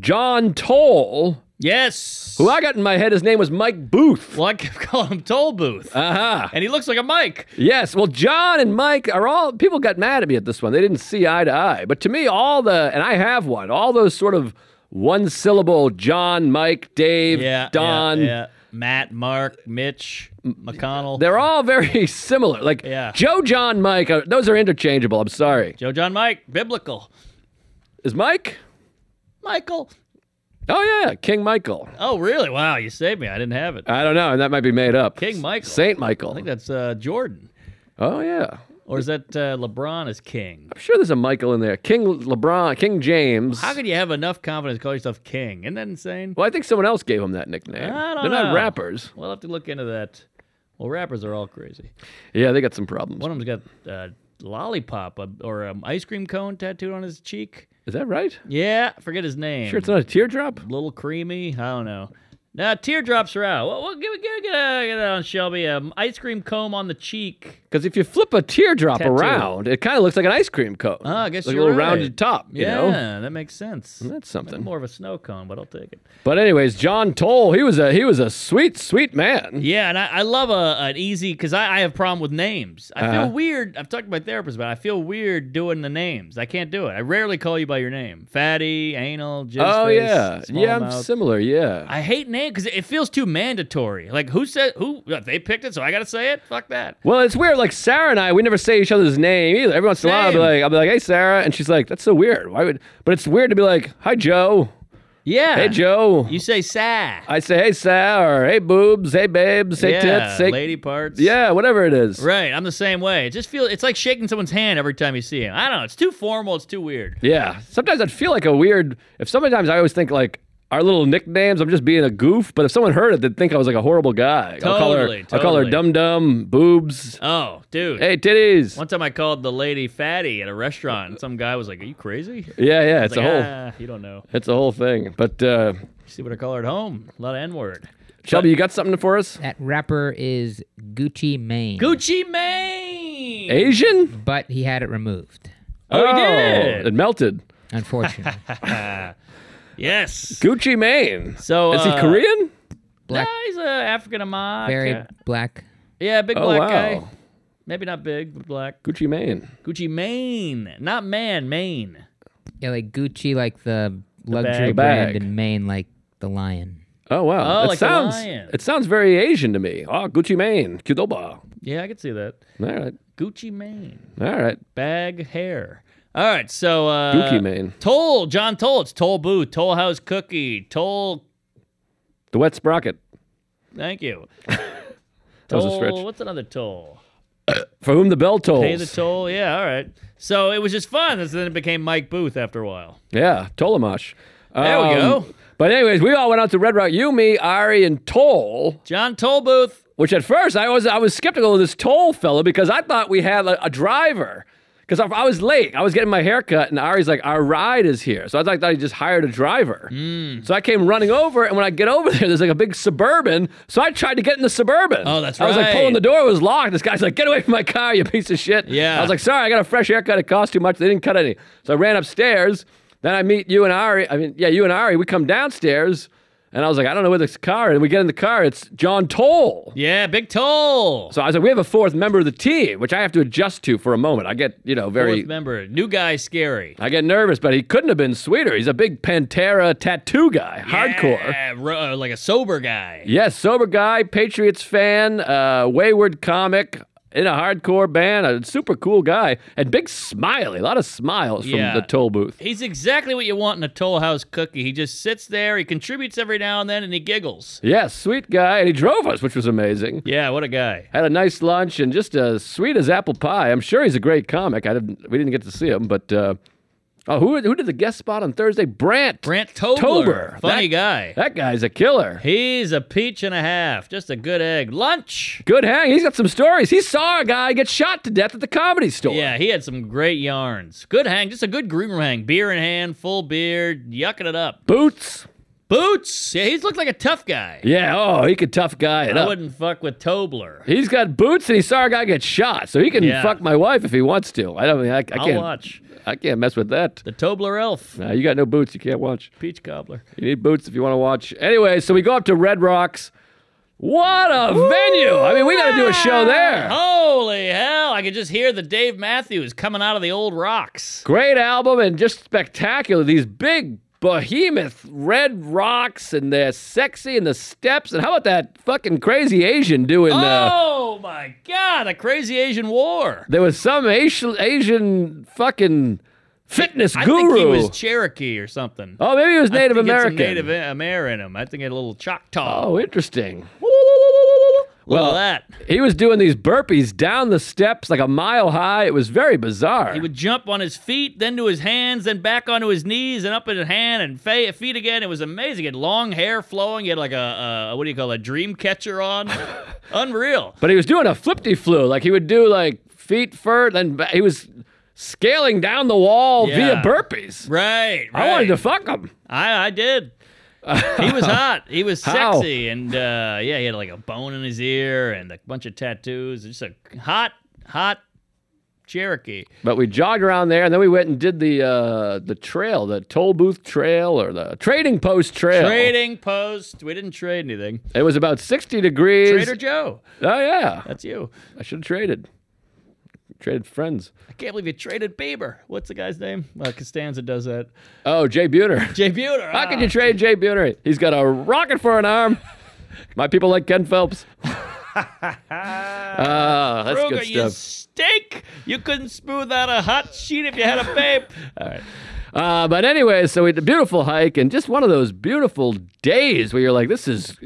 S2: John Toll,
S5: Yes.
S2: who I got in my head, his name was Mike Booth.
S5: Well, I kept calling him Toll Booth,
S2: Uh huh.
S5: and he looks like a Mike.
S2: Yes. Well, John and Mike are all people got mad at me at this one. They didn't see eye to eye. But to me, all the and I have one. All those sort of one syllable John, Mike, Dave,
S5: Yeah.
S2: Don.
S5: Yeah, yeah. Matt, Mark, Mitch, McConnell.
S2: They're all very similar. Like
S5: Yeah.
S2: Joe, John, Mike. uh, Those are interchangeable. I'm sorry.
S5: Joe, John, Mike. Biblical.
S2: Is Mike?
S5: Michael.
S2: Oh yeah, King Michael.
S5: Oh, really? Wow, you saved me. I didn't have it. I
S2: I don't know, and that might be made up.
S5: King Michael.
S2: Saint Michael.
S5: think that's uh, Jordan.
S2: Oh yeah.
S5: Or is that uh, LeBron is king?
S2: I'm sure there's a Michael in there. King LeBron, King James.
S5: How could you have enough confidence to call yourself king? Isn't that insane?
S2: well, I think someone else gave him that nickname.
S5: I don't
S2: They're not
S5: know.
S2: rappers.
S5: We'll have to look into that. Well, rappers are all crazy.
S2: Yeah, they got some problems.
S5: One of them's got uh, lollipop uh, or um, ice cream cone tattooed on his cheek.
S2: Is that right?
S5: Yeah, I forget his name.
S2: Sure, it's not a teardrop.
S5: little creamy. I don't know. Now teardrops are out. Well, well give it, give it, get it, get it on Shelby. Um, ice cream comb on the cheek.
S2: Because if you flip a teardrop
S5: Tattoo.
S2: around, it kind of looks like an ice cream cone.
S5: Oh, I guess
S2: like
S5: you're
S2: a little
S5: right.
S2: rounded top. You
S5: yeah,
S2: know,
S5: that makes sense.
S2: that's something.
S5: More of a snow cone, but I'll take it.
S2: But anyways, John Toll, he was a he was a sweet sweet man.
S5: Yeah, and I, I love a, an easy because I, I have problem with names. I
S2: Uh-huh.
S5: feel weird. I've talked to my therapist about. It. I feel weird doing the names. I can't do it. I rarely call you by your name. Fatty, anal, jizz
S2: Oh
S5: face,
S2: yeah,
S5: small
S2: yeah, I'm
S5: mouth.
S2: similar. Yeah,
S5: I hate name because it feels too mandatory. Like who said who? uh, They picked it, so I gotta say it. Fuck that.
S2: well, it's weird. Like Sarah and I, we never say each other's name either. Every once in a while, I'll be
S5: Same.
S2: like, I'll be like, hey Sarah, and she's like, that's so weird. Why would? But it's weird to be like, hi Joe,
S5: Yeah.
S2: hey Joe.
S5: Ah. You say sa.
S2: I say, hey Sarah, hey boobs, hey babes, hey
S5: yeah,
S2: tits, hey
S5: lady parts.
S2: yeah, whatever it is.
S5: Right. I'm the same way. It just feels it's like shaking someone's hand every time you see him. I don't know. It's too formal. It's too weird.
S2: Yeah. Sometimes I'd feel like a weird. If sometimes I always think like our little nicknames, I'm just being a goof. But if someone heard it, they'd think I was like a horrible guy. I'll call her.
S5: Totally,
S2: I'll call her
S5: totally.
S2: dum dum boobs.
S5: Oh, dude.
S2: Hey titties.
S5: One time I called the lady fatty at a restaurant, and some guy was like, "Are you crazy?"
S2: Yeah, yeah. It's
S5: like,
S2: a whole.
S5: "Ah, you don't know.
S2: It's a whole thing. But uh,
S5: See what I call her at home? A lot of N word.
S2: Shelby, you got something for us?
S6: That rapper is Gucci Mane,
S5: Gucci Mane.
S2: Asian?
S6: but he had it removed,
S5: Oh, he did.
S2: It melted.
S6: unfortunately.
S5: Yes.
S2: Gucci Mane.
S5: So
S2: is he
S5: uh,
S2: Korean?
S5: Nah,
S6: Black,
S5: he's a African American.
S6: very black.
S5: Yeah, big
S2: Oh,
S5: black
S2: wow.
S5: guy. Maybe not big, but black.
S2: Gucci Mane.
S5: Gucci Mane, not man, Maine.
S6: Yeah, like Gucci, like the luxury
S5: bag.
S6: brand
S2: Bag.
S6: in Maine, like the lion.
S2: Oh wow.
S5: Oh,
S2: it
S5: like a
S2: sounds.
S5: lion.
S2: It sounds very Asian to me. Oh, Gucci Mane. Qdoba.
S5: Yeah, I could see that.
S2: All right.
S5: Gucci Mane,
S2: All right.
S5: bag hair. All right, so uh,
S2: Gucci Mane.
S5: Toll, John Toll. It's Toll Booth, Toll House Cookie, Toll.
S2: The wet sprocket.
S5: Thank you.
S2: That was a
S5: Toll-
S2: stretch.
S5: What's another toll?
S2: For whom the bell tolls.
S5: Pay the toll. Yeah, all right. So it was just fun. and Then it became Mike Booth after a while.
S2: Yeah, Tolomash.
S5: There we go.
S2: But anyways, we all went out to Red Rock. You, me, Ari, and Toll.
S5: John Toll Booth.
S2: Which at first I was I was skeptical of this Toll fellow because I thought we had a, a driver. Because I, I was late, I was getting my hair cut, and Ari's like, "Our ride is here," so I thought he just hired a driver.
S5: Hmm.
S2: So I came running over, and when I get over there, there's like a big suburban. So I tried to get in the suburban.
S5: Oh, that's
S2: I was like
S5: right.
S2: pulling the door; it was locked. This guy's like, "Get away from my car, you piece of shit!"
S5: Yeah.
S2: I was like, "Sorry, I got a fresh haircut. It cost too much. They didn't cut any." So I ran upstairs. Then I meet you and Ari. I mean, yeah, you and Ari. We come downstairs, and I was like, "I don't know where this car." is." And we get in the car. It's John Toll.
S5: Yeah, Big Toll.
S2: So I was like, we have a fourth member of the team, which I have to adjust to for a moment. I get, you know, very,
S5: Fourth member, new guy, scary.
S2: I get nervous, but he couldn't have been sweeter. He's a big Pantera tattoo guy, hardcore.
S5: Yeah, ro- uh, like a sober guy.
S2: Yes, sober guy, Patriots fan, uh, wayward comic, in a hardcore band, a super cool guy, and big smiley, a lot of smiles from
S5: Yeah.
S2: the toll booth.
S5: He's exactly what you want in a Toll House cookie. He just sits there, he contributes every now and then, and he giggles.
S2: Yeah, sweet guy, and he drove us, which was amazing.
S5: Yeah, what a guy.
S2: Had a nice lunch and just as sweet as apple pie. I'm sure he's a great comic. I didn't, we didn't get to see him, but uh, oh, who who did the guest spot on Thursday? Brant.
S5: Brant Tobler.
S2: Tobler.
S5: Funny guy.
S2: That guy's a killer.
S5: He's a peach and a half. Just a good egg. Lunch.
S2: Good hang. He's got some stories. He saw a guy get shot to death at the comedy store.
S5: Yeah, he had some great yarns. Good hang. Just a good green room hang. Beer in hand, full beard, yucking it up.
S2: Boots.
S5: Boots. Yeah, he's looked like a tough guy.
S2: Yeah. Oh, he could tough guy it
S5: I
S2: up.
S5: wouldn't fuck with Tobler.
S2: He's got boots and he saw a guy get shot, so he can
S5: Yeah.
S2: fuck my wife if he wants to. I don't. I, I
S5: I'll
S2: can't.
S5: watch.
S2: I can't mess with that.
S5: The Tobler Elf.
S2: Nah, you got no boots. You can't watch.
S5: Peach Cobbler.
S2: You need boots if you want to watch. Anyway, so we go up to Red Rocks. What a venue! I mean, we got to do a show there.
S5: Holy hell. I could just hear the Dave Matthews coming out of the old rocks.
S2: Great album and just spectacular. These big behemoth red rocks and they're sexy and the steps. And how about that fucking crazy Asian doing? Uh,
S5: Oh my God. A crazy Asian war.
S2: there was some Asian, Asian fucking fitness
S5: I
S2: guru.
S5: think he was Cherokee or something.
S2: Oh, maybe he was Native
S5: I think he had
S2: American.
S5: some Native Amer in him. I think he had a little Choctaw.
S2: oh, interesting.
S5: well, that
S2: He was doing these burpees down the steps like a mile high. It was very bizarre.
S5: he would jump on his feet, then to his hands, then back onto his knees, and up in his hand and fa- feet again. It was amazing. He had long hair flowing. He had like a, a what do you call it, a dream catcher on? Unreal.
S2: but he was doing a flipty flu. Like he would do like feet first, then ba- he was scaling down the wall via
S5: Yeah.
S2: burpees.
S5: Right, right.
S2: I wanted to fuck him.
S5: I, I did. he was hot. He was
S2: How?
S5: sexy, and uh, yeah, he had like a bone in his ear and a bunch of tattoos. Just a hot, hot Cherokee.
S2: But we jogged around there, and then we went and did the uh, the trail, the toll booth trail or the trading post trail.
S5: Trading post. We didn't trade anything.
S2: It was about 60 degrees.
S5: Trader Joe.
S2: oh, yeah.
S5: That's you.
S2: I should have traded. Traded friends.
S5: I can't believe you traded Bieber. What's the guy's name? Uh, Costanza does that.
S2: Oh, Jay Buter.
S5: Jay Buter.
S2: How could you trade Jay Buter? He's got a rocket for an arm. My people like Ken Phelps. Ah, that's
S5: Ruger,
S2: good
S5: you
S2: stuff.
S5: stink. You couldn't smooth out a hot sheet if you had a babe.
S2: Uh, but anyway, so we did a beautiful hike and just one of those beautiful days where you're like, this is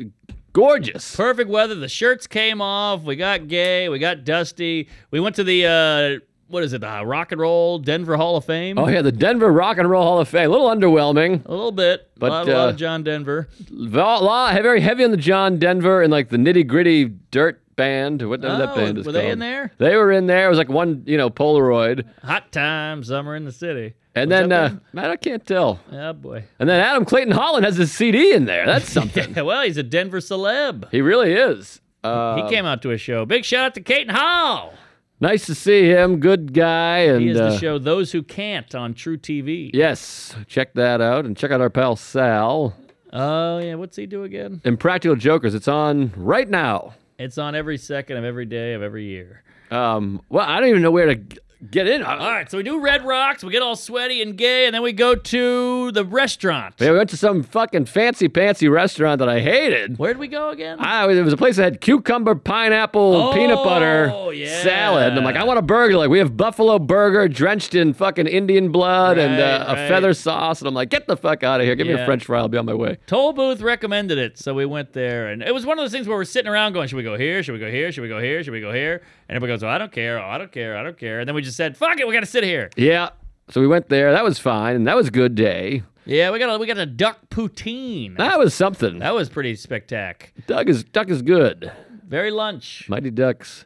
S2: gorgeous.
S5: Perfect weather. The shirts came off. We got gay. We got dusty. We went to the, uh, what is it, the Rock and Roll Denver Hall of Fame?
S2: Oh yeah, the Denver Rock and Roll Hall of Fame. A little underwhelming.
S5: A little bit.
S2: But,
S5: a lot, a lot of
S2: uh,
S5: John Denver.
S2: Va- la- Very heavy on the John Denver and like the nitty gritty dirt band. What oh, that
S5: Oh,
S2: band is
S5: were they in
S2: called.
S5: there?
S2: They were in there. It was like one, you know, Polaroid.
S5: Hot time, summer in the city.
S2: And
S5: Was
S2: then,
S5: that
S2: uh, man, I can't tell.
S5: them? oh boy.
S2: And then Adam Clayton Holland has his CD in there. That's something.
S5: Yeah, well, he's a Denver celeb.
S2: he really is. Uh,
S5: he came out to a show. Big shout out to Caton Hall.
S2: nice to see him. Good guy. And
S5: He is
S2: uh,
S5: the show Those Who Can't on True TV.
S2: yes, check that out and check out our pal Sal.
S5: Oh yeah, what's he do again?
S2: Impractical Jokers. It's on right now.
S5: It's on every second of every day of every year.
S2: Um, well, I don't even know where to g- get in.
S5: All right, so we do Red Rocks, we get all sweaty and gay, and then we go to the restaurant.
S2: Yeah, we went to some fucking fancy pantsy restaurant that I hated.
S5: Where'd we go again?
S2: I, it was a place that had cucumber, pineapple, and peanut butter
S5: Oh, yeah.
S2: salad. And I'm like, I want a burger. Like, we have buffalo burger drenched in fucking Indian blood and uh,
S5: Right,
S2: a
S5: right.
S2: feather sauce. And I'm like, get the fuck out of here. Give me
S5: Yeah.
S2: a french fry. I'll be on my way.
S5: Toll Booth recommended it, so we went there, and it was one of those things where we're sitting around going, "Should we go here? Should we go here? Should we go here? Should we go here?" And everybody goes, "Oh, I don't care. Oh, I don't care. I don't care." And then we just said, "Fuck it, we gotta sit here."
S2: Yeah. So we went there. That was fine. And that was a good day.
S5: Yeah, we got a, we got a duck poutine.
S2: That was something.
S5: That was pretty spectac.
S2: Duck is, duck is good.
S5: Very lunch.
S2: Mighty Ducks.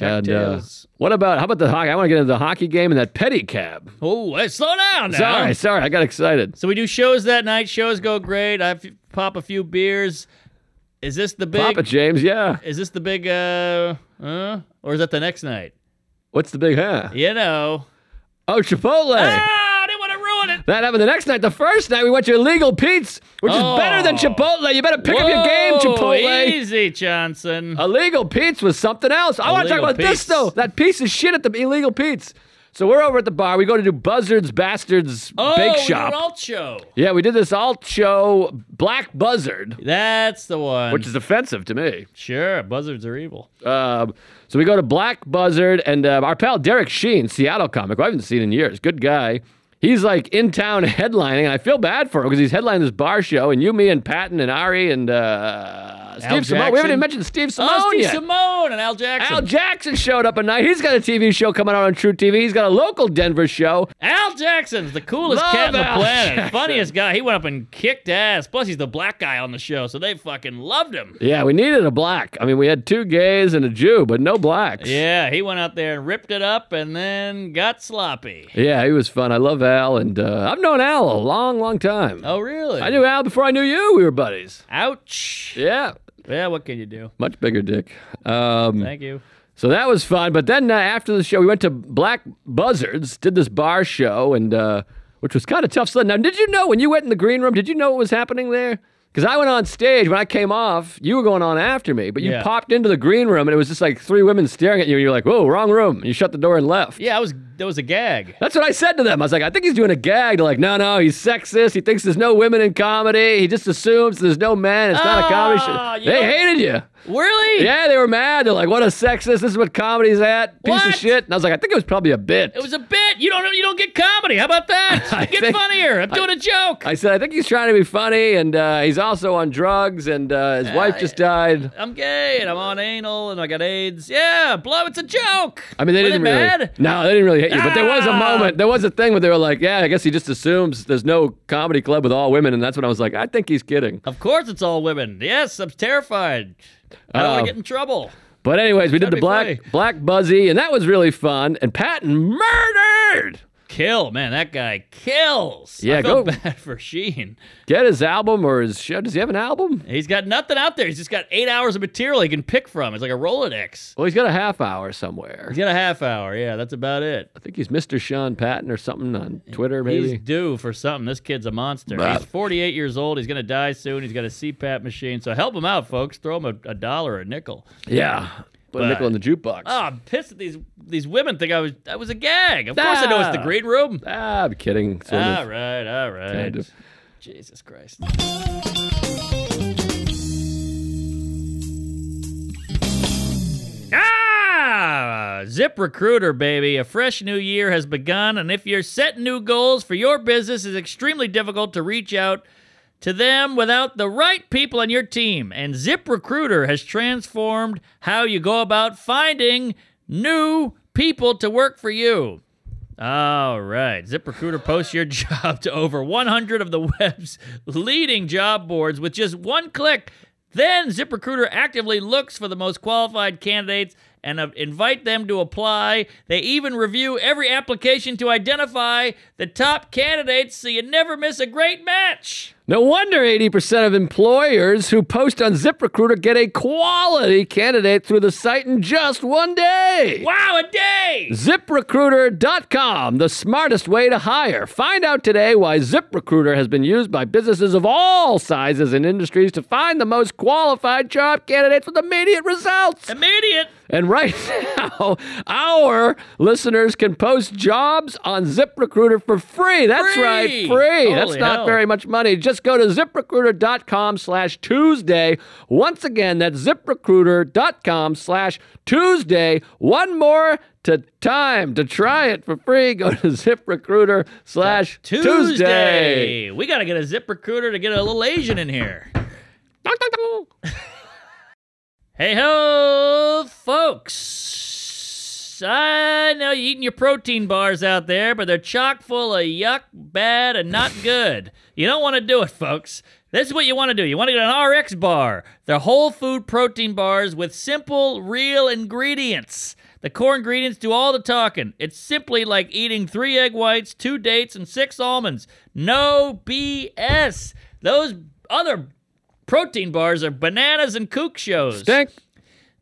S2: And uh,
S5: DuckTales.
S2: what about, how about the hockey? I want to get into the hockey game and that pedicab.
S5: Oh, hey, slow down now.
S2: Sorry, sorry. I got excited.
S5: So we do shows that night. Shows go great. I f- pop a few beers. Is this the big?
S2: Papa James, yeah.
S5: Is this the big? Uh, uh, or is that the next night?
S2: What's the big huh?
S5: You know.
S2: Oh, Chipotle.
S5: Ah, I didn't want to ruin it.
S2: That happened the next night. The first night we went to Illegal Pete's, which
S5: Oh.
S2: is better than Chipotle. You better pick up your game,
S5: Whoa,
S2: Chipotle.
S5: Easy, Johnson.
S2: Illegal Pete's was something else. I want to talk
S5: Illegal
S2: about this
S5: Pete's.
S2: though. That piece of shit at the Illegal Pete's. So we're over at the bar. We go to do Buzzards Bastards
S5: Oh,
S2: Bake
S5: we did
S2: Shop.
S5: an alt show.
S2: yeah, we did this alt show Black Buzzard,
S5: That's the one.
S2: which is offensive to me.
S5: sure, buzzards are evil.
S2: Um, so we go to Black Buzzard, and uh, our pal Derek Sheen, Seattle comic, who I haven't seen in years, good guy. He's like in town headlining, and I feel bad for him because he's headlining this bar show, and you, me, and Patton, and Ari, and uh, Steve Simone. We
S5: Jackson.
S2: haven't even mentioned Steve Simone
S5: Oh, Steve
S2: yet.
S5: Simone and Al Jackson.
S2: Al Jackson showed up at night. He's got a TV show coming out on True TV. He's got a local Denver show.
S5: Al Jackson's the coolest
S2: Love
S5: cat on the
S2: Al
S5: planet.
S2: Jackson.
S5: Funniest guy. He went up and kicked ass. Plus, he's the black guy on the show, so they fucking loved him.
S2: Yeah, we needed a black. I mean, we had two gays and a Jew, but no blacks.
S5: Yeah, he went out there and ripped it up and then got sloppy.
S2: Yeah, he was fun. I love Al, and uh, I've known Al a long, long time.
S5: Oh, really?
S2: I knew Al before I knew you. We were buddies.
S5: Ouch.
S2: Yeah,
S5: Yeah, what can you do?
S2: much bigger dick. Um,
S5: Thank you.
S2: so that was fun. But then uh, after the show, we went to Black Buzzards, did this bar show, and uh, which was kind of tough. sled. Now, did you know when you went in the green room? Did you know what was happening there? Because I went on stage when I came off, you were going on after me, but you
S5: Yeah.
S2: popped into the green room and it was just like three women staring at you, and you were like, "Whoa, wrong room!" And you shut the door and left.
S5: Yeah, I was that was a gag.
S2: That's what I said to them. I was like, I think he's doing a gag. They're like, no, no, he's sexist. He thinks there's no women in comedy. He just assumes there's no men. It's not a comedy
S5: Ah, you
S2: show. They
S5: know-
S2: hated you.
S5: Really?
S2: Yeah, they were mad. They're like, what a sexist. This is what comedy's at. Piece
S5: What?
S2: of shit. And I was like, I think it was probably a bit.
S5: It was a bit. You don't you don't get comedy. How about
S2: I
S5: that? Get
S2: think-
S5: funnier. I'm doing a joke.
S2: I said, I think he's trying to be funny, and uh, he's also on drugs, and uh, his
S5: Ah,
S2: wife just died.
S5: I'm gay and I'm on anal and I got AIDS. Yeah, blow. It's a joke.
S2: I mean, they
S5: Were
S2: didn't really.
S5: mad?
S2: No, they didn't really hate you. But there was a
S5: Ah!
S2: moment, there was a thing where they were like, yeah, I guess he just assumes there's no comedy club with all women, and that's when I was like, I think he's kidding.
S5: Of course, it's all women. Yes, I'm terrified. I don't want
S2: Oh.
S5: to get in trouble.
S2: But anyways, we did
S5: That'd
S2: the
S5: be
S2: black
S5: funny.
S2: black buzzy, and that was really fun. And Patton murdered.
S5: Kill, man. That guy kills.
S2: Yeah,
S5: I feel
S2: go-
S5: bad for Sheen.
S2: Get his album or his show. Does he have an album?
S5: He's got nothing out there. He's just got eight hours of material he can pick from. It's like a Rolodex.
S2: Well, he's got a half hour somewhere.
S5: He's got a half hour. Yeah, that's about it.
S2: I think he's Mr. Sean Patton or something on Twitter, maybe.
S5: He's due for something. This kid's a monster.
S2: Bah.
S5: He's 48 years old. He's going to die soon. He's got a CPAP machine. So help him out, folks. Throw him a, a dollar or a nickel.
S2: yeah. Put a
S5: But-
S2: nickel in the jukebox.
S5: Oh, I'm pissed that these these women think I was that was a gag. Of course I know it's the
S2: Ah.
S5: green room.
S2: Ah, I'm kidding. Sort of.
S5: All right, all right.
S2: Kind of.
S5: Jesus Christ. Ah! Zip Recruiter, baby. A fresh new year has begun, and if you're setting new goals for your business, it's extremely difficult to reach out to them without the right people on your team. And Zip Recruiter has transformed how you go about finding new people to work for you. All right. ZipRecruiter posts your job to over 100 of the web's leading job boards with just one click. Then ZipRecruiter actively looks for the most qualified candidates and uh, invite them to apply. They even review every application to identify the top candidates so you never miss a great match.
S2: No wonder 80% of employers who post on ZipRecruiter get a quality candidate through the site in just one day.
S5: Wow, a day!
S2: ZipRecruiter.com, the smartest way to hire. Find out today why ZipRecruiter has been used by businesses of all sizes and industries to find the most qualified job candidates with immediate results.
S5: Immediate.
S2: And right now, our listeners can post jobs on ZipRecruiter for free. That's
S5: Free!
S2: right, free. That's
S5: Holy
S2: not
S5: hell.
S2: very much money. Just go to ziprecruiter.com slash Tuesday. Once again, that's ziprecruiter.com slash Tuesday. One more to time to try it for free. Go to ziprecruiter slash Tuesday.
S5: Tuesday. We got to get a ZipRecruiter to get a little Asian in here. Hey ho, folks! I know you're eating your protein bars out there, but they're chock full of yuck, bad, and not good. You don't want to do it, folks. This is what you want to do. You want to get an RX bar. They're whole food protein bars with simple, real ingredients. The core ingredients do all the talking. It's simply like eating three egg whites, two dates, and six almonds. No BS. Those other protein bars are bananas and kook shows.
S2: Stink.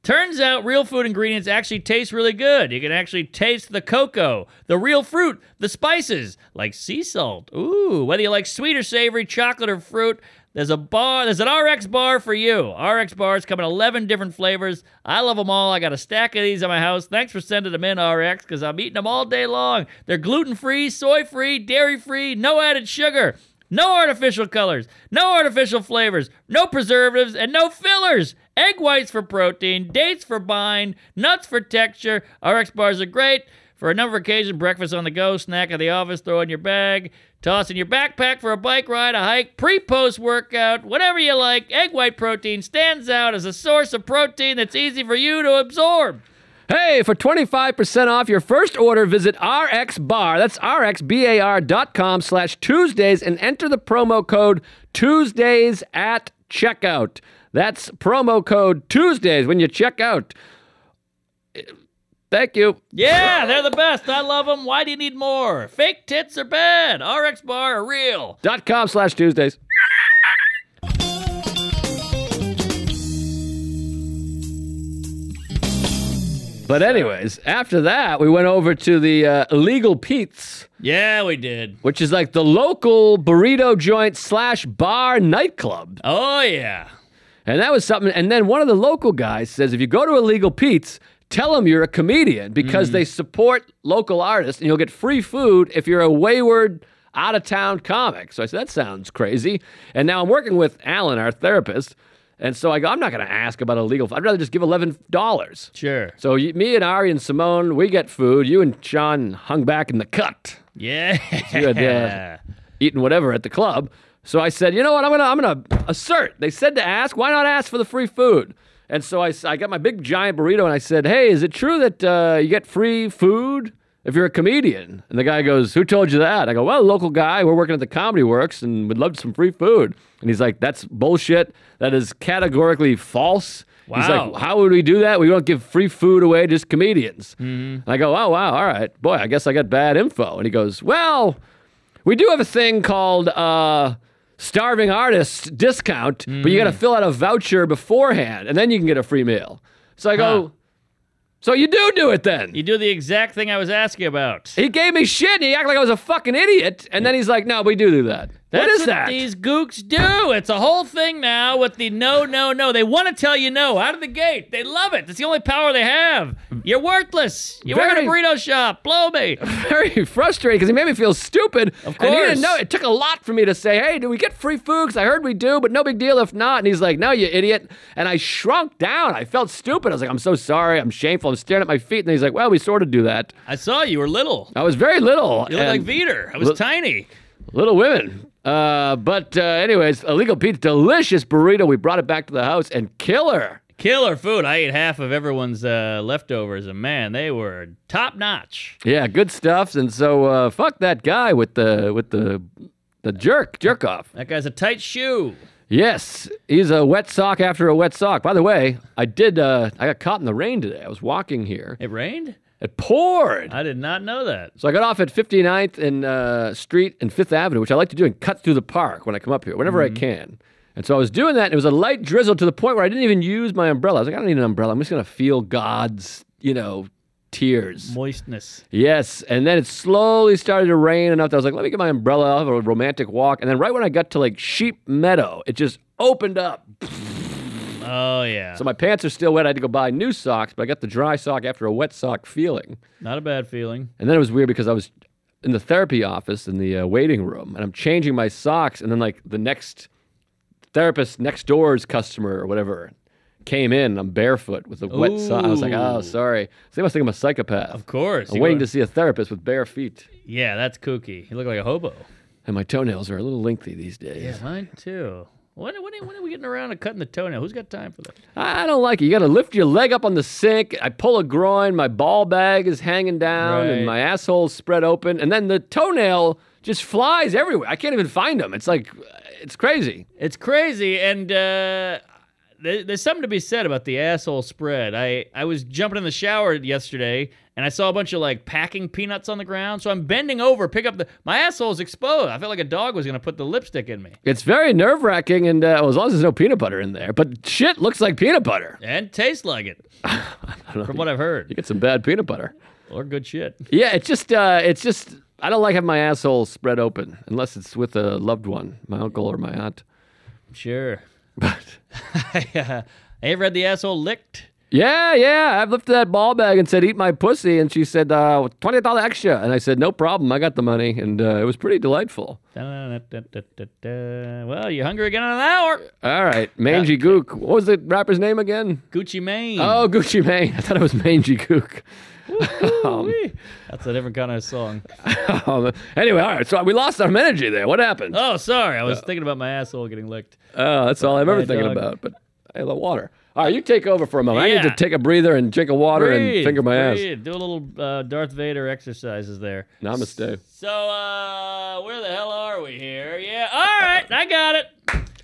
S5: Turns out real food ingredients actually taste really good. You can actually taste the cocoa, the real fruit, the spices, like sea salt. Ooh, whether you like sweet or savory, chocolate or fruit, There's a bar. There's an RX bar for you. RX bars come in 11 different flavors. I love them all. I got a stack of these at my house. Thanks for sending them in, RX, because I'm eating them all day long. They're gluten free, soy free, dairy free, no added sugar, no artificial colors, no artificial flavors, no preservatives, and no fillers. Egg whites for protein, dates for bind, nuts for texture. RX bars are great. For a number of occasions, breakfast on the go, snack at the office, throw in your bag, toss in your backpack for a bike ride, a hike, pre post workout, whatever you like, egg white protein stands out as a source of protein that's easy for you to absorb.
S2: Hey, for 25% off your first order, visit RXBAR, that's rxbar.com slash Tuesdays, and enter the promo code Tuesdays at checkout. That's promo code Tuesdays when you check out. Thank you.
S5: Yeah, they're the best. I love them. Why do you need more? Fake tits are bad. RX bar are real.
S2: Dot com slash Tuesdays. But anyways, after that, we went over to the uh, Illegal Pete's,
S5: Yeah, we did.
S2: which is like the local burrito joint slash bar nightclub.
S5: Oh, yeah.
S2: And that was something. And then one of the local guys says, if you go to Illegal Pete's, tell them you're a comedian because they support local artists and you'll get free food if you're a wayward, out of town comic. So I said, that sounds crazy. And now I'm working with Alan, our therapist. And so I go, I'm not going to ask about illegal. I'd rather just give $11.
S5: Sure.
S2: So you, me and Ari and Simone, we get food. You and Sean hung back in the cut
S5: Yeah.
S2: you had, eating whatever at the club. So I said, you know what? I'm gonna I'm gonna assert. They said to ask. Why not ask for the free food? And so I, s- I got my big giant burrito and I said, hey, is it true that uh, you get free food if you're a comedian? And the guy goes, who told you that? I go, well, local guy. We're working at the Comedy Works and would love some free food. And he's like, that's bullshit. That is categorically false. He's
S5: Wow.
S2: like, how would we do that? We don't give free food away to just comedians. And I go, oh, wow, all right. Boy, I guess I got bad info. And he goes, well, we do have a thing called uh, starving artist discount, but you got
S5: Mm.
S2: to fill out a voucher beforehand, and then you can get a free meal. So I go,
S5: Huh.
S2: so you do do it then.
S5: You do the exact thing I was asking about.
S2: he gave me shit and he acted like I was a fucking idiot. And then he's like, no, we do do that. what
S5: That's
S2: is that?
S5: These gooks do. It's a whole thing now with the no, no, no. They want to tell you no out of the gate. They love it. It's the only power they have. You're worthless. You work at a
S2: Very-
S5: burrito shop. Blow me.
S2: Very frustrating because he made me feel stupid. And
S5: Of
S2: he didn't
S5: course.
S2: know. It took a lot for me to say, hey, do we get free food? Because I heard we do, but no big deal if not. And he's like, no, you idiot. And I shrunk down. I felt stupid. I was like, I'm so sorry. I'm shameful. I'm staring at my feet. And he's like, well, we sort of do that.
S5: I saw you were little.
S2: I was very little.
S5: You look like
S2: and
S5: Veter. I was
S2: Look-
S5: tiny.
S2: Little Women. Uh, but uh, anyways, Illegal Pete's delicious burrito. We brought it back to the house and killer.
S5: Killer food. I ate half of everyone's uh, leftovers, and man, they were top notch.
S2: Yeah, good stuff. And so uh, fuck that guy with the with the the jerk jerk off.
S5: That guy's a tight shoe.
S2: Yes, he's a wet sock after a wet sock. By the way, I did. Uh, I got caught in the rain today. I was walking here.
S5: It rained?
S2: It poured.
S5: I did not know that.
S2: So I got off at 59th and uh, Street and Fifth Avenue, which I like to do, and cut through the park when I come up here, whenever I can. And so I was doing that, and it was a light drizzle to the point where I didn't even use my umbrella. I was like, I don't need an umbrella. I'm just gonna feel God's, you know, tears.
S5: Moistness.
S2: Yes. And then it slowly started to rain enough that I was like, let me get my umbrella. I'll have a romantic walk. And then right when I got to like Sheep Meadow, it just opened up.
S5: Oh, yeah.
S2: So my pants are still wet. I had to go buy new socks, but I got the dry sock after a wet sock feeling.
S5: Not a bad feeling.
S2: And then it was weird because I was in the therapy office in the uh, waiting room and I'm changing my socks. And then, like, the next therapist next door's customer or whatever came in. And I'm barefoot with a wet sock. I was like, oh,
S5: Ooh.
S2: sorry. So they must think I'm a psychopath.
S5: Of course.
S2: I'm
S5: You
S2: waiting
S5: wa-
S2: to see a therapist with bare feet.
S5: Yeah, that's kooky. You look like a hobo.
S2: And my toenails are a little lengthy these days.
S5: Mine too. When, when, when are we getting around to cutting the toenail? Who's got time for that?
S2: I I don't like it. You got to lift your leg up on the sink. I pull a groin. My ball bag is hanging down,
S5: Right.
S2: and my asshole's spread open. And then the toenail just flies everywhere. I can't even find them. It's like, it's crazy.
S5: It's crazy, and uh, there, there's something to be said about the asshole spread. I, I was jumping in the shower yesterday, and I saw a bunch of like packing peanuts on the ground. So I'm bending over, pick up the my asshole's exposed. I felt like a dog was gonna put the lipstick in me,
S2: It's very nerve wracking, and uh, well, as long as there's no peanut butter in there, but shit looks like peanut butter.
S5: and tastes like it, from what I've
S2: You
S5: heard,
S2: get some bad peanut butter.
S5: or good shit.
S2: Yeah, it's just, uh, it's just. I don't like having my asshole spread open unless it's with a loved one, my uncle or my aunt.
S5: Sure. I have read the asshole licked.
S2: Yeah, yeah. I've lifted that ball bag and said, "Eat my pussy," and she said, uh, twenty dollar extra," and I said, "No problem. I got the money," and uh, it was pretty delightful.
S5: Da-da-da-da-da-da. Well, you're hungry again in an hour.
S2: All right, Mangy Gook. What was the rapper's name again?
S5: Gucci Mane.
S2: Oh, Gucci Mane. I thought it was Mangy Gook.
S5: Woo-wee. that's a different kind of song.
S2: Um, anyway, all right. So we lost our energy there. What happened?
S5: Oh, sorry. I was thinking about my asshole getting licked.
S2: Oh, that's all I remember
S5: Bad
S2: thinking
S5: dog.
S2: about. But hey, the water. All right, you take over for a moment. I need
S5: Yeah.
S2: to take a breather and drink a water and
S5: Breathe,
S2: finger my ass.
S5: breathe. Do a little uh, Darth Vader exercises there.
S2: Namaste.
S5: So, uh, where the hell are we here? Yeah. All right. I got it.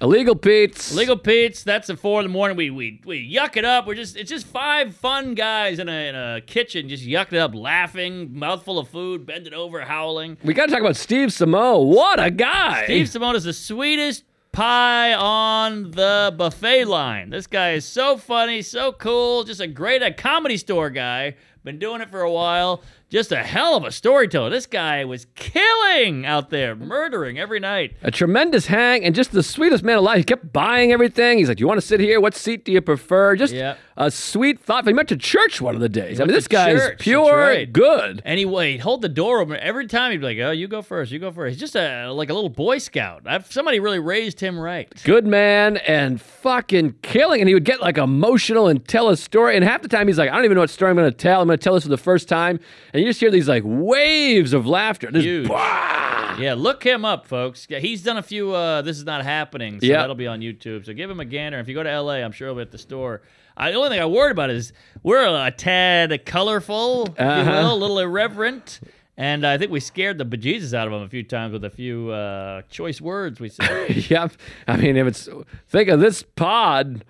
S2: Illegal Pete's.
S5: Legal Pete's. That's at four in the morning. We we we yuck it up. We're just it's just five fun guys in a in a kitchen just yucking it up, laughing, mouthful of food, bending over, howling.
S2: We got to talk about Steve Samo. What a guy.
S5: Steve Simone is the sweetest pie on the buffet line. This guy is so funny, so cool, just a great a comedy store guy. Been doing it for a while. Just a hell of a storyteller. This guy was killing out there, murdering every night.
S2: A tremendous hang and just the sweetest man alive. He kept buying everything. He's like, Do you want to sit here? What seat do you prefer? Just
S5: Yep.
S2: a sweet thought. He went to church one of the days. I mean,
S5: went
S2: this
S5: to
S2: guy
S5: church,
S2: is
S5: that's
S2: pure
S5: right.
S2: good.
S5: And he would hold the door open every time. He'd be like, "Oh, you go first. You go first. He's just a like a little boy scout. I've, somebody really raised him right.
S2: Good man and fucking killing. And he would get like emotional and tell a story. And half the time he's like, I don't even know what story I'm going to tell. I'm going to tell this for the first time. And you just hear these like waves of laughter. Just
S5: Huge.
S2: bah!
S5: Yeah, look him up, folks. Yeah, he's done a few. Uh, this is not happening. So
S2: Yeah.
S5: that'll be on YouTube. So give him a gander. If you go to LA, I'm sure he'll be at the store. I, the only thing I worried about is we're a tad colorful, if you
S2: Uh-huh.
S5: will, a little irreverent. And I think we scared the bejesus out of him a few times with a few uh, choice words we said.
S2: Yep. I mean, if it's think of this pod,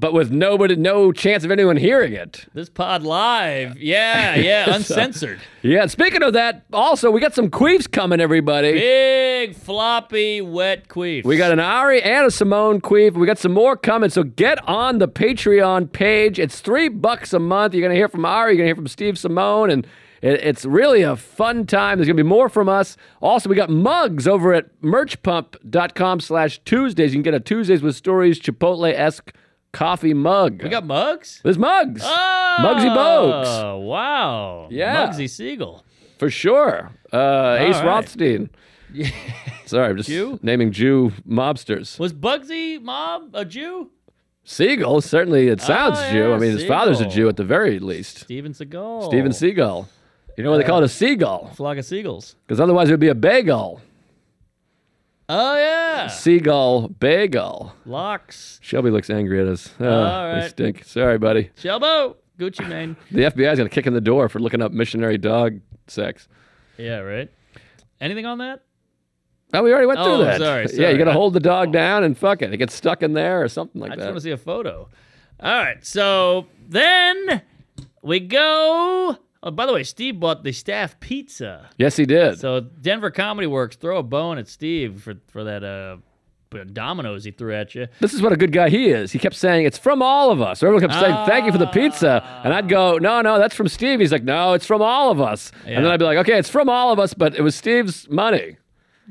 S2: but with nobody, no chance of anyone hearing it.
S5: this pod live. Yeah, yeah, uncensored.
S2: Yeah. and Speaking of that, also we got some queefs coming, everybody.
S5: Big floppy wet queef.
S2: We got an Ari and a Simone queef. We got some more coming. So get on the Patreon page. It's three bucks a month. You're gonna hear from Ari. You're gonna hear from Steve Simone, and it, it's really a fun time. There's gonna be more from us. Also, we got mugs over at merchpump.com/tuesdays. You can get a Tuesdays with Stories Chipotle-esque coffee mug.
S5: we got mugs.
S2: There's mugs.
S5: Oh,
S2: Muggsy Bogues.
S5: Wow.
S2: Yeah.
S5: Muggsy Siegel.
S2: For sure. Uh, Ace
S5: right.
S2: Rothstein. Sorry, I'm just
S5: Jew?
S2: naming Jew mobsters.
S5: Was Bugsy Mob a Jew?
S2: Siegel, certainly it sounds
S5: Oh,
S2: Jew.
S5: yeah,
S2: I mean, his father's a
S5: Siegel.
S2: Jew at the very least.
S5: Steven Seagal.
S2: Steven Seagull. You know why they call it a seagull?
S5: Flock of Seagulls.
S2: Because otherwise it would be a bagel.
S5: Oh, yeah.
S2: Seagull, bagel.
S5: Locks.
S2: Shelby looks angry at us. Oh,
S5: All
S2: We
S5: right.
S2: stink. Sorry, buddy.
S5: Shelbo. Gucci Mane.
S2: The FBI's going to kick in the door for looking up missionary dog sex.
S5: yeah, right. Anything on that?
S2: Oh, we already went
S5: Oh,
S2: through that.
S5: sorry,
S2: Yeah,
S5: sorry.
S2: you got
S5: I-
S2: to hold the dog down and fuck it. It gets stuck in there or something like
S5: I
S2: that.
S5: just want to see a photo. All right. So then we go. Oh, by the way, Steve bought the staff pizza.
S2: yes, he did.
S5: So Denver Comedy Works, throw a bone at Steve for for that uh p- dominoes he threw at you.
S2: this is what a good guy he is. He kept saying, It's from all of us. Or everyone kept saying, Thank you for the
S5: Ah.
S2: pizza. And I'd go, No, no, that's from Steve. He's like, No, it's from all of us. And then
S5: Yeah.
S2: I'd be like, Okay, it's from all of us, but it was Steve's money.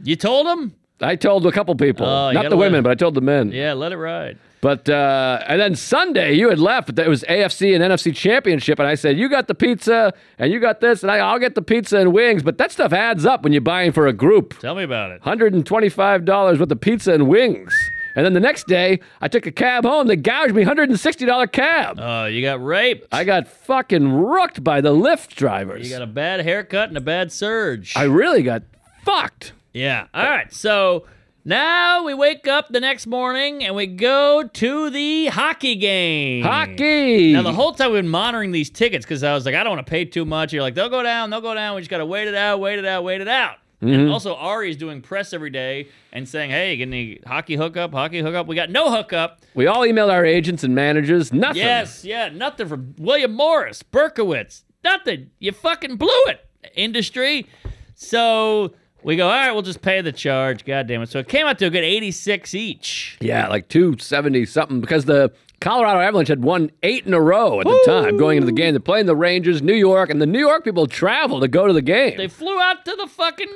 S5: You told him?
S2: I told a couple people,
S5: Oh, you
S2: not
S5: gotta
S2: the women,
S5: let-
S2: but I told the men.
S5: Yeah, let it ride.
S2: But uh, and then Sunday you had left, but it was AFC and NFC championship, and I said you got the pizza and you got this, and I, I'll get the pizza and wings. But that stuff adds up when you're buying for a group.
S5: Tell me about it.
S2: $125 worth of pizza and wings. And then the next day, I took a cab home. They gouged me $160 cab.
S5: Oh, you got raped.
S2: I got fucking rooked by the Lyft drivers.
S5: you got a bad haircut and a bad surge.
S2: I really got fucked.
S5: yeah. All right. So now we wake up the next morning and we go to the hockey game.
S2: Hockey.
S5: Mm. Now the whole time we've been monitoring these tickets because I was like, I don't want to pay too much. You're like, they'll go down, they'll go down. We just gotta wait it out, wait it out, wait it out.
S2: Mm-hmm.
S5: And also Ari's doing press every day and saying, Hey, you get any hockey hookup, hockey hookup? We got no hookup.
S2: we all emailed our agents and managers. Nothing.
S5: Yes, yeah, nothing from William Morris, Berkowitz, nothing. You fucking blew it, industry. So we go, all right, we'll just pay the charge. God damn it. So it came out to a good 86 each.
S2: Yeah, like 270 something because the Colorado Avalanche had won eight in a row at the time going into the game. They're playing the Rangers, New York, and the New York people travel to go to the game.
S5: They flew out to the fucking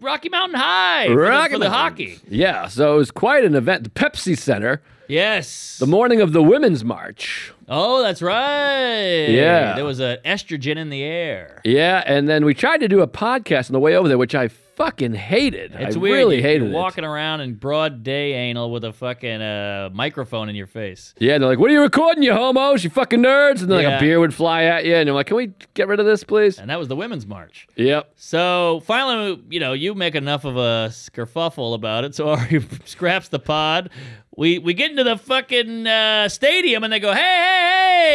S5: Rocky Mountain High for the-
S2: Rocky
S5: for the
S2: Mountain.
S5: hockey.
S2: Yeah, so it was quite an event. The Pepsi Center,
S5: Yes.
S2: the morning of the Women's March.
S5: oh, that's right.
S2: Yeah.
S5: There was an estrogen in the air.
S2: Yeah, and then we tried to do a podcast on the way over there, which I fucking hated.
S5: It's
S2: I
S5: weird.
S2: really
S5: you-
S2: hated
S5: you're
S2: it.
S5: walking around in broad day anal with a fucking uh, microphone in your face.
S2: Yeah, they're like, "What are you recording, you homos, you fucking nerds?" And then like
S5: Yeah.
S2: a beer would fly at you, and I'm like, "Can we get rid of this, please?"
S5: And that was the women's march.
S2: Yep.
S5: So finally, you know, you make enough of a skerfuffle about it, so Ari scraps the pod. We we get into the fucking uh, stadium, and they go, "Hey, hey,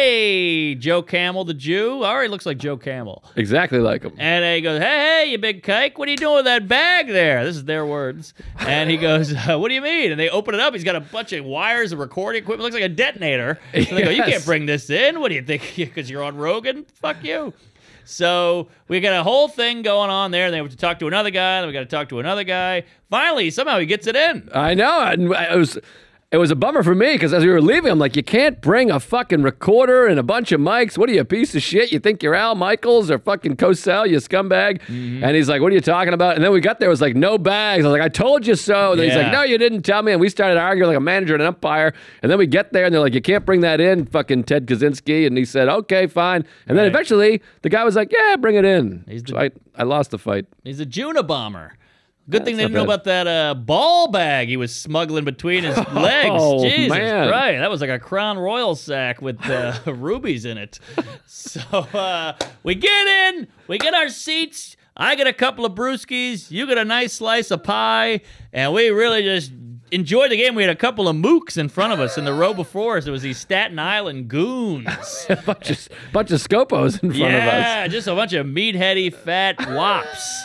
S5: hey, Joe Camel, the Jew." Ari looks like Joe Camel,
S2: Exactly like them.
S5: and he goes, "Hey, hey, you big kike, what are you doing with that bag there?" This is their words, and he goes, uh, "What do you mean?" And they open it up. He's got a bunch of wires and recording equipment. Looks like a detonator. And they go, "You
S2: Yes.
S5: can't bring this in. What do you think? Because you're on Rogan? Fuck you." So we got a whole thing going on there. Then we have to talk to another guy. Then we got to talk to another guy. Finally, somehow he gets it in.
S2: I know, and I- it was it was a bummer for me because as we were leaving, I'm like, "You can't bring a fucking recorder and a bunch of mics. What are you, a piece of shit? You think you're Al Michaels or fucking Cosell, you scumbag?"
S5: Mm-hmm.
S2: And he's like, "What are you talking about?" And then we got there, it was like, "No bags." I was like, "I told you so." And then he's
S5: Yeah.
S2: like, "No, you didn't tell me." And we started arguing like a manager and an umpire. And then we get there, and they're like, "You can't bring that in, fucking Ted Kaczynski." And he said, "Okay, fine." And then eventually, the guy was like, "Yeah, bring it in."
S5: He's the-
S2: so I, I lost the fight.
S5: He's a Juna bomber. Good thing they
S2: not
S5: didn't
S2: bad.
S5: know about that uh, ball bag he was smuggling between his legs.
S2: Oh,
S5: Jesus
S2: man.
S5: Christ. That was like a Crown Royal sack with uh, rubies in it. So uh, we get in, we get our seats. I get a couple of brewskis, you get a nice slice of pie, and we really just enjoyed the game. We had a couple of mooks in front of us in the row before us. It was these Staten Island goons.
S2: a bunch of bunch of scopos in front of us.
S5: yeah, just a bunch of meatheady, fat wops.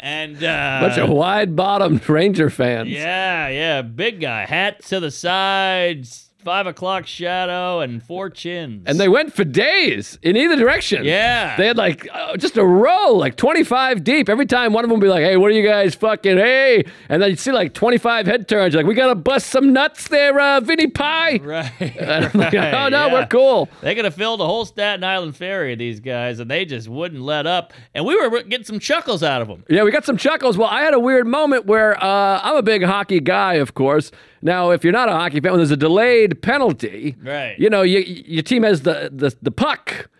S5: And uh,
S2: bunch of wide bottomed Ranger fans.
S5: Yeah, yeah, big guy, hat to the sides, five o'clock shadow, and four chins.
S2: And they went for days in either direction.
S5: Yeah.
S2: They had like uh, just a row, like 25 deep. Every time one of them would be like, hey, what are you guys fucking, hey? And then you'd see like 25 head turns. Like, we got to bust some nuts there, uh, Vinny Pie.
S5: right.
S2: And I'm like,
S5: right,
S2: oh, no,
S5: yeah.
S2: we're cool.
S5: They could have filled a whole Staten Island ferry, these guys, and they just wouldn't let up. And we were getting some chuckles out of them.
S2: Yeah, we got some chuckles. Well, I had a weird moment where uh, I'm a big hockey guy, of course. Now, if you're not a hockey fan, when there's a delayed penalty,
S5: Right.
S2: You know, you, your team has the, the the puck.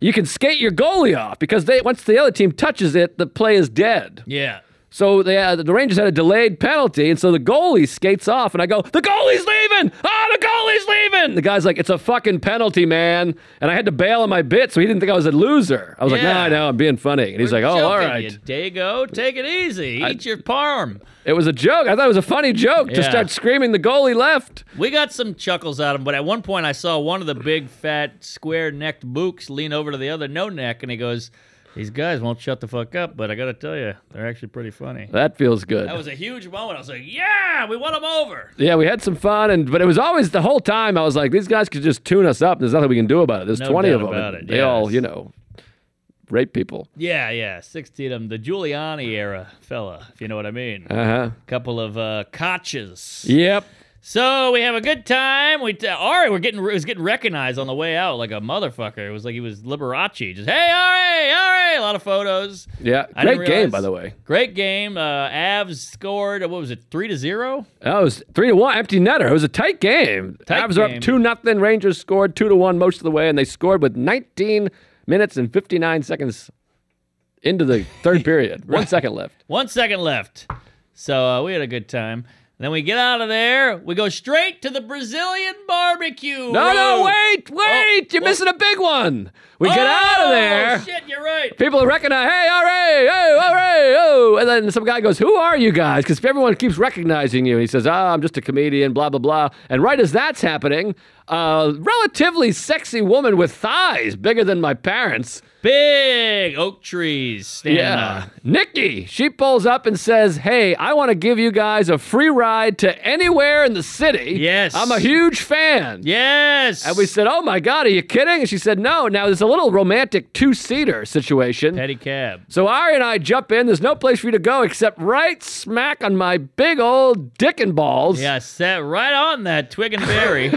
S2: You can skate your goalie off because they once the other team touches it, the play is dead.
S5: Yeah.
S2: So they, uh, the Rangers had a delayed penalty, and so the goalie skates off, and I go, "The goalie's leaving! Ah, the goalie's leaving!" The guy's like, "It's a fucking penalty, man!" And I had to bail on my bit, so he didn't think I was a loser. I was like, "No,
S5: Yeah.
S2: I know, I'm being funny." And he's like, "Oh, all right."
S5: Dago, take it easy. Eat your parm.
S2: It was a joke. I thought it was a funny joke to
S5: Yeah.
S2: start screaming the goalie left.
S5: We got some chuckles out of him, but at one point I saw one of the big, fat, square necked mooks lean over to the other no neck, and he goes, These guys won't shut the fuck up, but I gotta tell you, they're actually pretty funny.
S2: That feels good.
S5: That was a huge moment. I was like, Yeah, we won them over.
S2: yeah, we had some fun, and but it was always the whole time I was like, these guys could just tune us up. There's nothing we can do about it. There's
S5: No
S2: 20 of
S5: doubt
S2: them.
S5: about
S2: and
S5: it,
S2: They
S5: yes.
S2: all, you know, rape people.
S5: Yeah, yeah, 16 of them. The Giuliani era fella, if you know what I mean.
S2: Uh huh.
S5: couple of uh, cotches.
S2: Yep.
S5: So we have a good time. We t- Ari, we're getting was getting recognized on the way out like a motherfucker. It was like he was Liberace. Just hey, Ari, Ari. A lot of photos.
S2: Yeah.
S5: I didn't
S2: Great game,
S5: realize-
S2: by the way.
S5: Great game. Uh, Avs scored. uh, What was it? Three to zero.
S2: That was three to one, empty netter. It was a tight game.
S5: Tight
S2: Avs are
S5: game.
S2: up two nothing. Rangers scored two to one most of the way, and they scored with 19 minutes and 59 seconds into the third period. One second left.
S5: One second left. So uh, we had a good time. Then we get out of there. We go straight to the Brazilian barbecue.
S2: No, no,
S5: room.
S2: wait, wait! You're
S5: well-
S2: missing a big one. We
S5: Oh,
S2: get out of there.
S5: Shit, you're right.
S2: People recognize, hey, all right, hey, all right, oh. And then some guy goes, who are you guys? Because everyone keeps recognizing you. And he says, ah, I'm just a comedian, blah, blah, blah. And right as that's happening, a relatively sexy woman with thighs bigger than my parents.
S5: Big oak trees. Standing
S2: Yeah.
S5: up.
S2: Nikki, she pulls up and says, Hey, I want to give you guys a free ride to anywhere in the city.
S5: Yes.
S2: I'm a huge fan.
S5: Yes.
S2: And we said, "Oh my God, are you kidding?" And she said, "No." Now there's a little romantic two-seater situation.
S5: petty cab.
S2: So Ari and I jump in. There's no place for you to go except right smack on my big old dick and balls.
S5: Yeah, sat right on that twig and berry.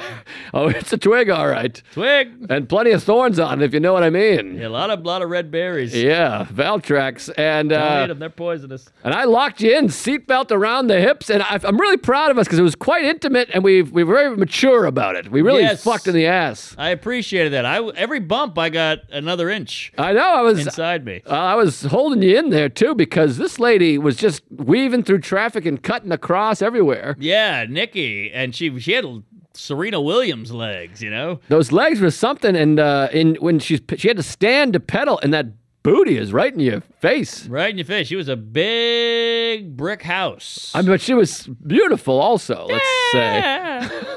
S2: Oh, it's a twig, all right.
S5: Twig.
S2: And plenty of thorns on it, if you know what I mean.
S5: Yeah, a lot of lot of red berries.
S2: Yeah, Valtrex. And
S5: Don't eat
S2: uh,
S5: them. They're poisonous.
S2: and I locked you in, seatbelt around the hips, and I, I'm really proud of us because it was quite intimate, and we we were very mature about it. We really
S5: Yes.
S2: fucked in the ass.
S5: I appreciated that. I every bump I got another inch
S2: I know. I was
S5: inside me.
S2: Uh, I was holding you in there too because this lady was just weaving through traffic and cutting across everywhere.
S5: Yeah, Nikki, and she she had Serena Williams legs, you know.
S2: Those legs were something, and uh, in when she's she had to stand to pedal, and that booty is right in your face.
S5: Right in your face. She was a big brick house.
S2: I mean, but she was beautiful, also. Let's say.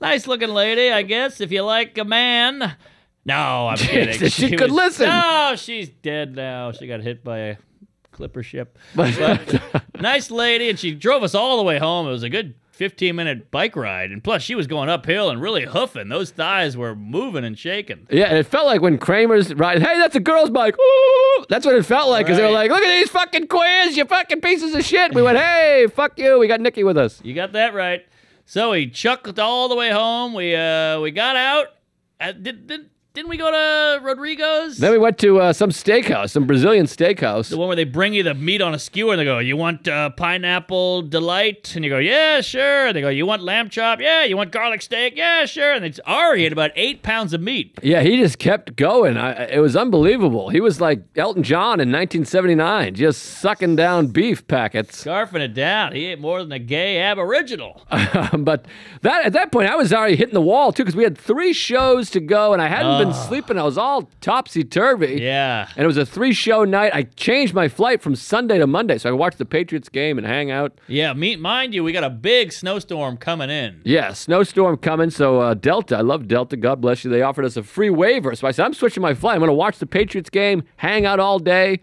S5: nice looking lady, I guess. If you like a man. No, I'm kidding.
S2: Jesus, she could listen.
S5: No, she's dead now. She got hit by a clipper ship.
S2: But
S5: nice lady, and she drove us all the way home. It was a good 15 minute bike ride, and plus she was going uphill and really hoofing. Those thighs were moving and shaking.
S2: yeah, and it felt like when Kramer's riding. Hey, that's a girl's bike. Ooh, that's what it felt like because they were like,
S5: Right.
S2: "Look at these fucking queers, you fucking pieces of shit." We went, "Hey, fuck you." We got Nikki with us.
S5: You got that right. So we chucked all the way home. We uh we got out. Uh, did, did, didn't we go to Rodrigo's?
S2: Then we went to uh, some steakhouse, some Brazilian steakhouse.
S5: The one where they bring you the meat on a skewer and they go, You want uh, pineapple delight? And you go, Yeah, sure. And they go, You want lamb chop? Yeah. You want garlic steak? Yeah, sure. And it's Ari had about eight pounds of meat.
S2: Yeah, he just kept going. I, it was unbelievable. He was like Elton John in 1979, just sucking down beef packets.
S5: Scarfing it down. He ate more than a gay aboriginal.
S2: Um, but that at that point, I was already hitting the wall too because we had three shows to go, and I hadn't been sleeping. I was all topsy turvy.
S5: yeah.
S2: And it was a three-show night. I changed my flight from Sunday to Monday, so I could watch the Patriots game and hang out.
S5: Yeah. Meat, mind you, we got a big snowstorm coming in.
S2: Yeah, snowstorm coming. So uh, Delta, I love Delta. God bless you. They offered us a free waiver, so I said I'm switching my flight. I'm going to watch the Patriots game, hang out all day,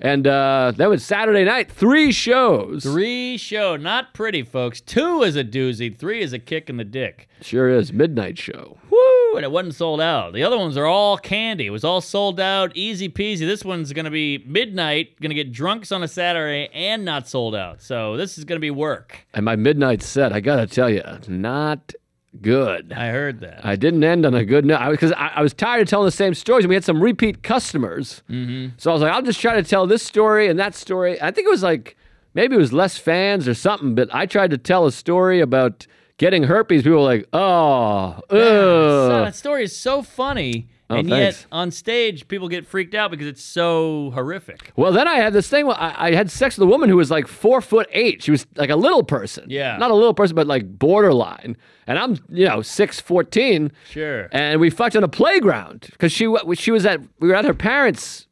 S2: and uh, that was Saturday night. Three shows.
S5: Three show. Not pretty, folks. Two is a doozy. Three is a kick in the dick.
S2: Sure is midnight show.
S5: Woo! And it wasn't sold out. The other ones are all candy. It was all sold out, easy peasy. This one's gonna be midnight. Gonna get drunks on a Saturday and not sold out. So this is gonna be work.
S2: And my midnight set, I gotta tell you, not good.
S5: I heard that.
S2: I didn't end on a good note because I, I was tired of telling the same stories, and we had some repeat customers. So I was like, I'll just try to tell this story and that story. I think it was like maybe it was less fans or something, but I tried to tell a story about getting herpes. People were like, oh,
S5: So
S2: ugh.
S5: that story is so funny, and
S2: thanks.
S5: yet on stage people get freaked out because it's so horrific.
S2: Well, then I had this thing. where I, I had sex with a woman who was like four foot eight. She was like a little person.
S5: Yeah.
S2: Not a little person, but like borderline. And I'm, you know, six fourteen.
S5: Sure.
S2: and we fucked on a playground because she wa- she was at we were at her parents'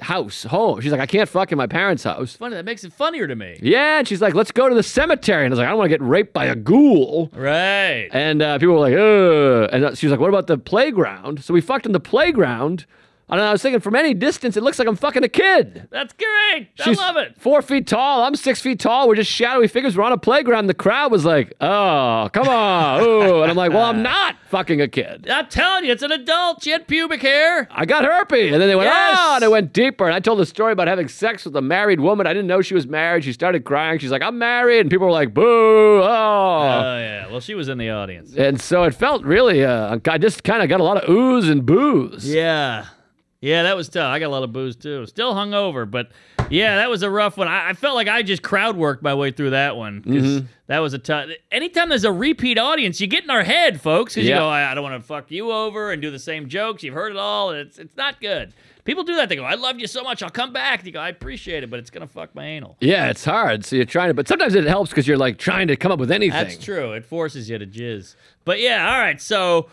S2: house home. She's like, I can't fuck in my parents' house.
S5: funny. That makes it funnier to me.
S2: Yeah, and she's like, let's go to the cemetery. And I was like, I don't want to get raped by a ghoul.
S5: Right.
S2: And uh, people were like, ugh. And uh, she was like, what about the playground? So we fucked on the playground. And I was thinking, from any distance, it looks like I'm fucking a kid.
S5: That's great.
S2: She's
S5: I love it.
S2: Four feet tall. I'm six feet tall. We're just shadowy figures. We're on a playground. The crowd was like, oh, come on. Ooh. And I'm like, well, I'm not fucking a kid.
S5: I'm telling you, it's an adult. She had pubic hair.
S2: I got herpes. And then they went,
S5: Yes.
S2: oh, and it went deeper. And I told the story about having sex with a married woman. I didn't know she was married. She started crying. She's like, I'm married. And people were like, boo, oh.
S5: Oh yeah. Well, she was in the audience.
S2: and so it felt really, uh, I just kind of got a lot of oohs and boos.
S5: Yeah. Yeah, that was tough. I got a lot of booze too. Still hungover, but yeah, that was a rough one. I, I felt like I just crowd worked my way through that one 'cause that was a tough. Anytime there's a repeat audience, you get in our head, folks, because
S2: Yeah.
S5: you go, I, I don't want to fuck you over and do the same jokes. You've heard it all, and it's it's not good. People do that. They go, I loved you so much. I'll come back. You go, I appreciate it, but it's gonna fuck my anal.
S2: Yeah, it's hard. So you're trying to, but sometimes it helps because you're like trying to come up with anything.
S5: That's true. It forces you to jizz. But yeah, all right. So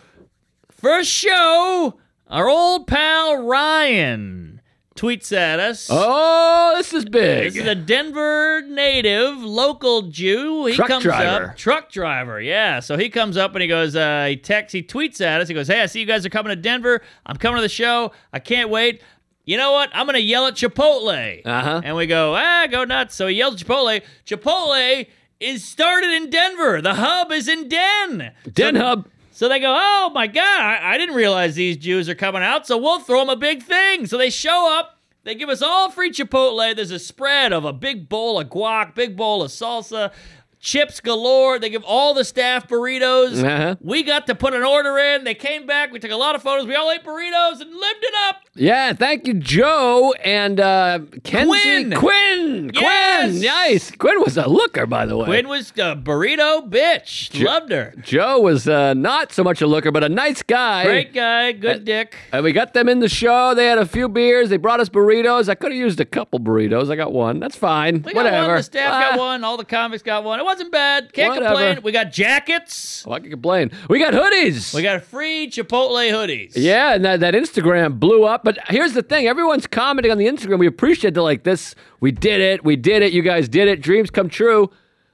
S5: first show, our old pal Ryan tweets at us.
S2: Oh, this is big.
S5: This is a Denver native, local Jew. He
S2: Truck
S5: comes
S2: driver.
S5: up, truck driver. Yeah. So he comes up and he goes, uh, he texts, he tweets at us. He goes, "Hey, I see you guys are coming to Denver. I'm coming to the show. I can't wait. You know what? I'm gonna yell at Chipotle."
S2: Uh-huh.
S5: And we go, ah, go nuts. So he yells at Chipotle. Chipotle is started in Denver. The hub is in Den.
S2: Den
S5: So-
S2: Hub.
S5: so they go, oh my God, I, I didn't realize these Jews are coming out, so we'll throw them a big thing. So they show up, they give us all free Chipotle. There's a spread of a big bowl of guac, big bowl of salsa, chips galore. They give all the staff burritos.
S2: Uh-huh.
S5: We got to put an order in. They came back. We took a lot of photos. We all ate burritos and lived it up.
S2: Yeah, thank you, Joe and uh, Kenzie
S5: Quinn.
S2: Quinn.
S5: Yes.
S2: Quinn, nice. Quinn was a looker, by the way.
S5: Quinn was a burrito bitch. Loved her.
S2: Joe was uh, not so much a looker, but a nice guy.
S5: Great guy. Good
S2: uh,
S5: dick.
S2: And we got them in the show. They had a few beers. They brought us burritos. I could have used a couple burritos. I got one. That's fine.
S5: We
S2: Whatever.
S5: got one. The staff
S2: Ah,
S5: got one. All the comics got one. It wasn't bad. Can't
S2: Whatever.
S5: complain. We got jackets.
S2: well, I can complain. We got hoodies.
S5: We got free Chipotle hoodies.
S2: Yeah, and that, that Instagram blew up. But here's the thing everyone's commenting on the Instagram. We appreciate that, like, this, we did it, we did it, you guys did it, dreams come true.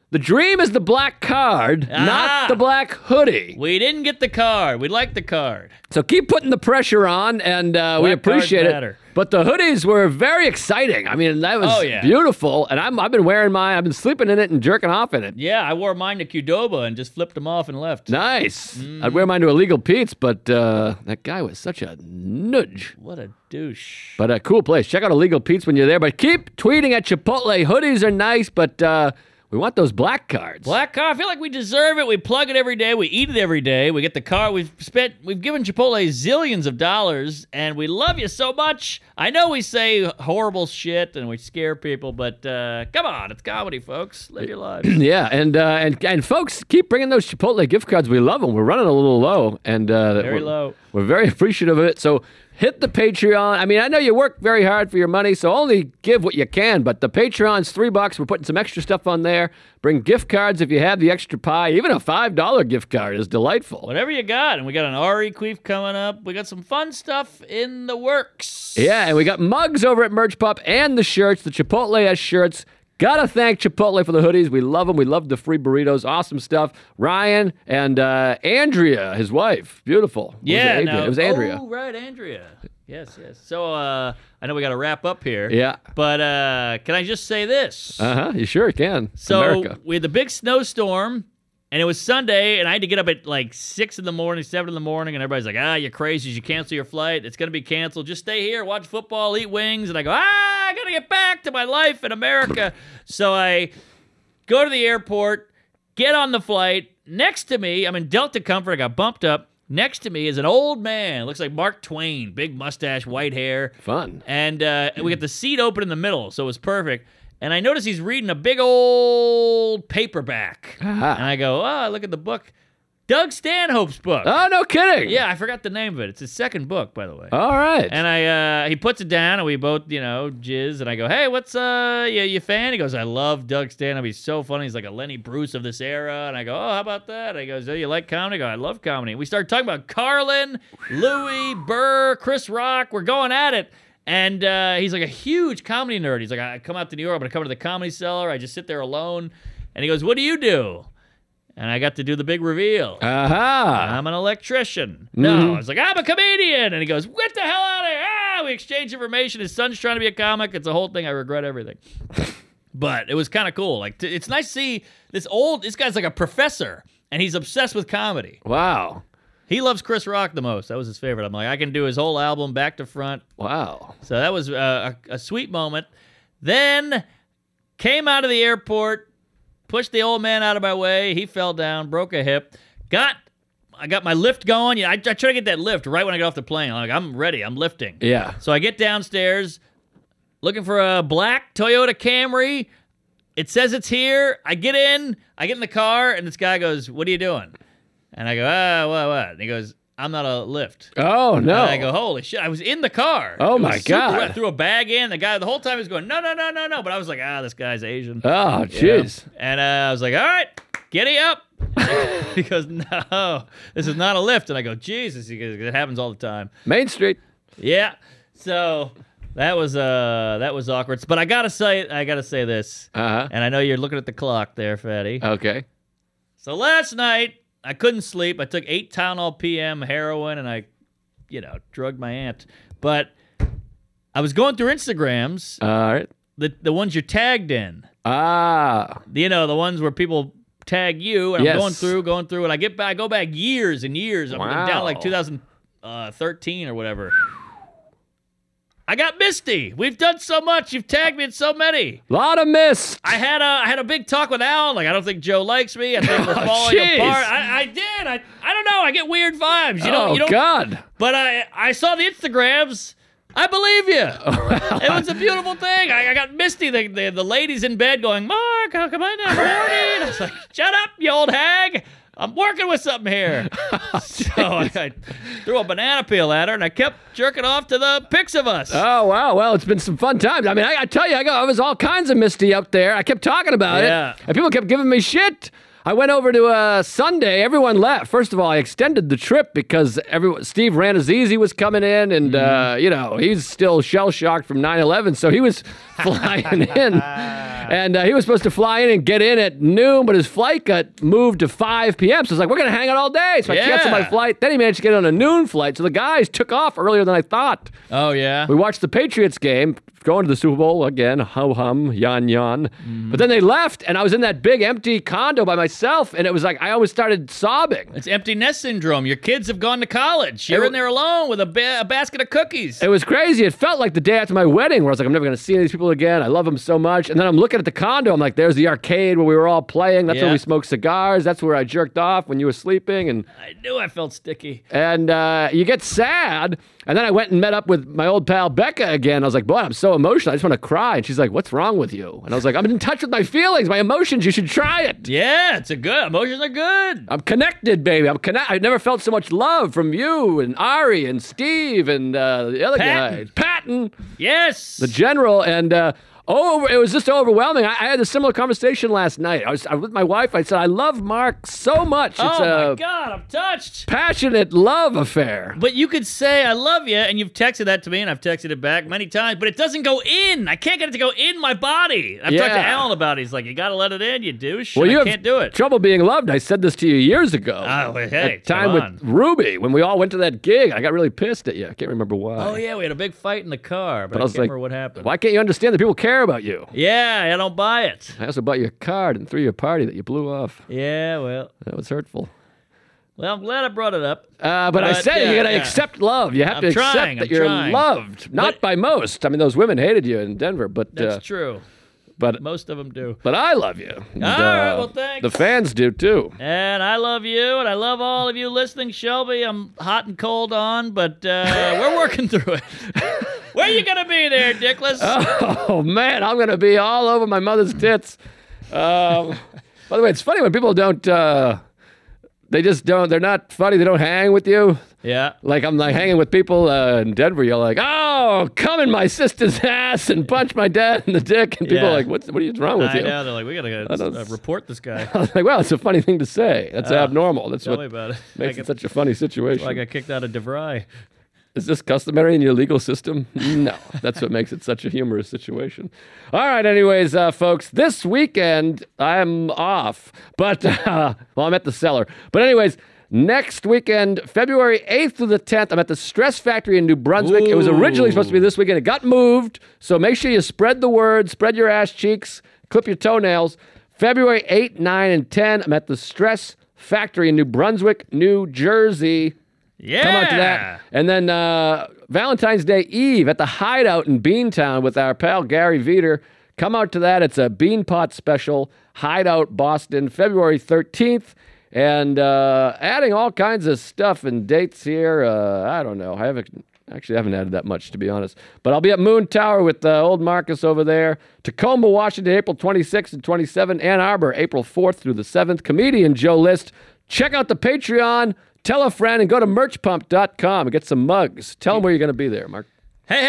S2: The dream is the black card,
S5: Ah.
S2: not the black hoodie.
S5: We didn't get the card. We liked the card.
S2: So keep putting the pressure on, and uh, we
S5: Black cards
S2: appreciate it.
S5: matter.
S2: But the hoodies were very exciting. I mean, that was
S5: Oh, yeah.
S2: beautiful, and I'm, I've been wearing mine. I've been sleeping in it and jerking off in it.
S5: Yeah, I wore mine to Qdoba and just flipped them off and left.
S2: Nice.
S5: mm.
S2: I'd wear mine to Illegal Pete's, but uh, that guy was such a nudge.
S5: What a douche.
S2: But a cool place. Check out Illegal Pete's when you're there. But keep tweeting at Chipotle. Hoodies are nice, but uh, we want those black cards.
S5: Black car. I feel like we deserve it. We plug it every day. We eat it every day. We get the car. We've spent. We've given Chipotle zillions of dollars, and we love you so much. I know we say horrible shit and we scare people, but uh, come on, it's comedy, folks. Live your lives.
S2: Yeah, and uh, and and folks, keep bringing those Chipotle gift cards. We love them. We're running a little low, and uh,
S5: Very
S2: we're,
S5: low.
S2: We're very appreciative of it. So hit the Patreon. I mean, I know you work very hard for your money, so only give what you can. But the Patreon's three bucks. We're putting some extra stuff on there. Bring gift cards if you have the extra pie. Even a five dollar gift card is delightful.
S5: Whatever you got, and we got an Ari Queef coming up. We got some fun stuff in the works.
S2: Yeah, and we got mugs over at Merch Pop and the shirts, the Chipotle S shirts. Gotta thank Chipotle for the hoodies. We love them. We love the free burritos. Awesome stuff. Ryan and uh, Andrea, his wife. Beautiful. Or was it
S5: Yeah,
S2: Adria?
S5: no.
S2: it was Andrea.
S5: Oh, right, Andrea. Yes, yes. So uh, I know we got to wrap up here.
S2: Yeah.
S5: But uh, can I just say this?
S2: Uh huh. You sure can.
S5: so
S2: America.
S5: we had the big snowstorm, and it was Sunday, and I had to get up at like six in the morning, seven in the morning, and everybody's like, "Ah, you're crazy! Did you cancel your flight? It's gonna be canceled. Just stay here, watch football, eat wings." And I go, "Ah, I gotta get back to my life in America." so I go to the airport, get on the flight. Next to me, I'm in Delta Comfort. I got bumped up. Next to me is an old man. Looks like Mark Twain, big mustache, white hair.
S2: Fun.
S5: And uh, we got the seat open in the middle, so it was perfect. And I notice he's reading a big old paperback.
S2: Ah.
S5: And I go, oh, I look at the book. Doug Stanhope's book.
S2: Oh, no kidding.
S5: Yeah, I forgot the name of it. It's his second book, by the way.
S2: All right.
S5: And I, uh, he puts it down, and we both, you know, jizz. And I go, "Hey, what's uh, you, you fan?" He goes, "I love Doug Stanhope. He's so funny. He's like a Lenny Bruce of this era." And I go, "Oh, how about that?" And he goes, "Oh, you like comedy?" I go, "I love comedy." We start talking about Carlin, Louis, Burr, Chris Rock. We're going at it. And uh, he's like a huge comedy nerd. He's like, "I come out to New York. I'm gonna come to the Comedy Cellar. I just sit there alone." And he goes, "What do you do?" And I got to do the big reveal.
S2: Uh-huh. Aha.
S5: I'm an electrician. No, I was like, I'm a comedian. And he goes, Get the hell out of here. Ah, we exchange information. His son's trying to be a comic. It's a whole thing. I regret everything. but it was kind of cool. Like, t- it's nice to see this old, this guy's like a professor and he's obsessed with comedy.
S2: Wow.
S5: He loves Chris Rock the most. That was his favorite. I'm like, I can do his whole album back to front.
S2: Wow.
S5: So that was uh, a, a sweet moment. Then came out of the airport, pushed the old man out of my way. He fell down, broke a hip. Got I got my lift going. Yeah, I, I try to get that lift right when I get off the plane. I'm like, I'm ready. I'm lifting.
S2: Yeah.
S5: So I get downstairs, looking for a black Toyota Camry. It says it's here. I get in. I get in the car, and this guy goes, "What are you doing?" And I go, "Ah, what, what?" And he goes, "I'm not a lift."
S2: Oh, no.
S5: And I go, holy shit! I was in the car.
S2: Oh,
S5: It was
S2: my
S5: super
S2: God.
S5: wet. Threw a bag in. The guy the whole time was going, no, no, no, no, no. But I was like, ah, this guy's Asian.
S2: oh,
S5: Yeah.
S2: jeez.
S5: And uh, I was like, all right, giddy up. he goes, no, this is not a lift. And I go, Jesus, he goes, it happens all the time.
S2: Main Street.
S5: Yeah. So that was uh that was awkward. But I gotta say, I gotta say this.
S2: Uh
S5: And I know you're looking at the clock there, Fatty.
S2: huh. Okay.
S5: So last night, I couldn't sleep. I took eight Tylenol PM, heroin, and I, you know, drugged my aunt. But I was going through Instagrams,
S2: All right.
S5: the, the ones you're tagged in,
S2: Ah.
S5: you know, the ones where people tag you. And
S2: Yes.
S5: I'm going through, going through, and I get back, I go back years and years. I'm
S2: Wow.
S5: down like 2013 or whatever. I got Misty. We've done so much. You've tagged me in so many.
S2: Lot of mist.
S5: I had a I had a big talk with Al. Like I don't think Joe likes me. I think we're
S2: Oh,
S5: falling
S2: jeez.
S5: apart. I, I did. I I don't know. I get weird vibes. You don't.
S2: oh
S5: you don't.
S2: God.
S5: But I I saw the Instagrams. I believe
S2: Oh,
S5: you. it was a beautiful thing. I, I got Misty, the, the the ladies in bed going, Mark, how come I not horny? And I was like, shut up, you old hag. I'm working with something here.
S2: Oh,
S5: so I, I threw a banana peel at her and I kept jerking off to the pics of us.
S2: Oh wow. Well, it's been some fun times. I mean, I, I tell you, I got I was all kinds of misty up there. I kept talking about
S5: Yeah.
S2: it, and people kept giving me shit. I went over to uh, Sunday. Everyone left. First of all, I extended the trip because everyone. Steve Ranazizi was coming in, and
S5: Mm-hmm.
S2: uh, you know he's still shell shocked from 9/11, so he was flying in, and uh, he was supposed to fly in and get in at noon, but his flight got moved to 5 p.m. So it's like we're gonna hang out all day. So I canceled my
S5: Yeah.
S2: flight. Then he managed to get on a noon flight. So the guys took off earlier than I thought.
S5: oh yeah.
S2: We watched the Patriots game, going to the Super Bowl again, ho hum, yan yan. But then they left, and I was in that big empty condo by myself, and it was like I almost started sobbing.
S5: It's empty nest syndrome. Your kids have gone to college. You're
S2: It-
S5: in there alone with a, ba- a basket of cookies.
S2: It was crazy. It felt like the day after my wedding, where I was like, I'm never going to see any of these people again. I love them so much. And then I'm looking at the condo. I'm like, there's the arcade where we were all playing. That's
S5: Yeah.
S2: where we smoked cigars. That's where I jerked off when you were sleeping. And
S5: I knew I felt sticky.
S2: and uh, you get sad. And then I went and met up with my old pal Becca again. I was like, boy, I'm so emotional. I just want to cry. And she's like, what's wrong with you? And I was like, I'm in touch with my feelings, my emotions. You should try it.
S5: Yeah, it's a good. Emotions are good.
S2: I'm connected, baby. I'm connect. I've never felt so much love from you and Ari and Steve and uh, the other
S5: Patton.
S2: guy, Patton,
S5: Yes.
S2: the general, and. Uh, Oh, it was just overwhelming. I, I had a similar conversation last night. I was, I was with my wife. I said, "I love Mark so much. It's
S5: oh
S2: a
S5: my god, I'm touched.
S2: passionate love affair."
S5: But you could say I love you, and you've texted that to me, and I've texted it back many times. But it doesn't go in. I can't get it to go in my body. I've talked to
S2: Yeah.
S5: Alan about. it. He's like, you gotta let it in, you douche.
S2: Well,
S5: and
S2: you
S5: I
S2: have
S5: can't do it.
S2: Trouble being loved. I said this to you years ago.
S5: Oh, well, hey,
S2: At time
S5: come
S2: with
S5: on.
S2: Ruby when we all went to that gig. I got really pissed at you. I can't remember why.
S5: oh yeah, we had a big fight in the car, but,
S2: But I
S5: I,
S2: was
S5: can't
S2: like,
S5: remember what happened.
S2: Why can't you understand that people care about you?
S5: Yeah, I don't buy it.
S2: I also bought you a card and threw you a party that you blew off.
S5: Yeah, well,
S2: That was hurtful.
S5: well, I'm glad I brought it up.
S2: Uh, but, I
S5: But,
S2: said you
S5: yeah,
S2: gotta
S5: yeah.
S2: accept love. You have
S5: I'm
S2: to accept
S5: trying,
S2: that
S5: I'm
S2: you're
S5: trying.
S2: loved, not by most. I mean, those women hated you in Denver, but
S5: That's
S2: uh,
S5: true.
S2: but
S5: Most of them do.
S2: but I love you. And,
S5: All right,
S2: uh,
S5: well, thanks.
S2: The fans do too.
S5: And I love you, and I love all of you listening, Shelby. I'm hot and cold on, but uh, we're working through it. Where you gonna be there, Dickless?
S2: Oh man, I'm gonna be all over my mother's tits. Um, by the way, it's funny when people don't. Uh, they just don't. They're not funny. They don't hang with you.
S5: yeah.
S2: Like I'm like hanging with people uh, in Denver. You're like, oh, come in my sister's ass and punch my dad in the dick, and people
S5: Yeah.
S2: are like, what's what are you wrong with
S5: I
S2: you?
S5: know. They're like, we gotta
S2: I don't
S5: uh,
S2: s-
S5: report this guy.
S2: I was like, well, it's a funny thing to say. That's abnormal. That's
S5: Uh, Tell
S2: what
S5: me about it. I
S2: makes it
S5: got,
S2: such a funny situation.
S5: I got kicked out of DeVry.
S2: Is this customary in your legal system? No. That's what makes it such a humorous situation. All right, anyways, uh, folks, this weekend I'm off, but uh, well, I'm at the cellar. But, anyways, next weekend, February 8th through the 10th, I'm at the Stress Factory in New Brunswick. It was originally supposed to be this weekend, it got moved. So make sure you spread the word, spread your ass cheeks, clip your toenails. February 8, 9, and 10, I'm at the Stress Factory in New Brunswick, New Jersey.
S5: Yeah.
S2: Come out to that. And then uh, Valentine's Day Eve at the Hideout in Beantown with our pal Gary Veter. Come out to that. It's a Beanpot special, Hideout Boston, February 13th. And uh, adding all kinds of stuff and dates here. Uh, I don't know. I haven't actually I haven't added that much to be honest. But I'll be at Moon Tower with uh, old Marcus over there. Tacoma, Washington, April 26th and 27th. Ann Arbor, April 4th through the 7th. Comedian Joe List. Check out the Patreon. Tell a friend and go to merchpump.com and get some mugs. Tell them where you're going to be there, Mark.
S5: Hey,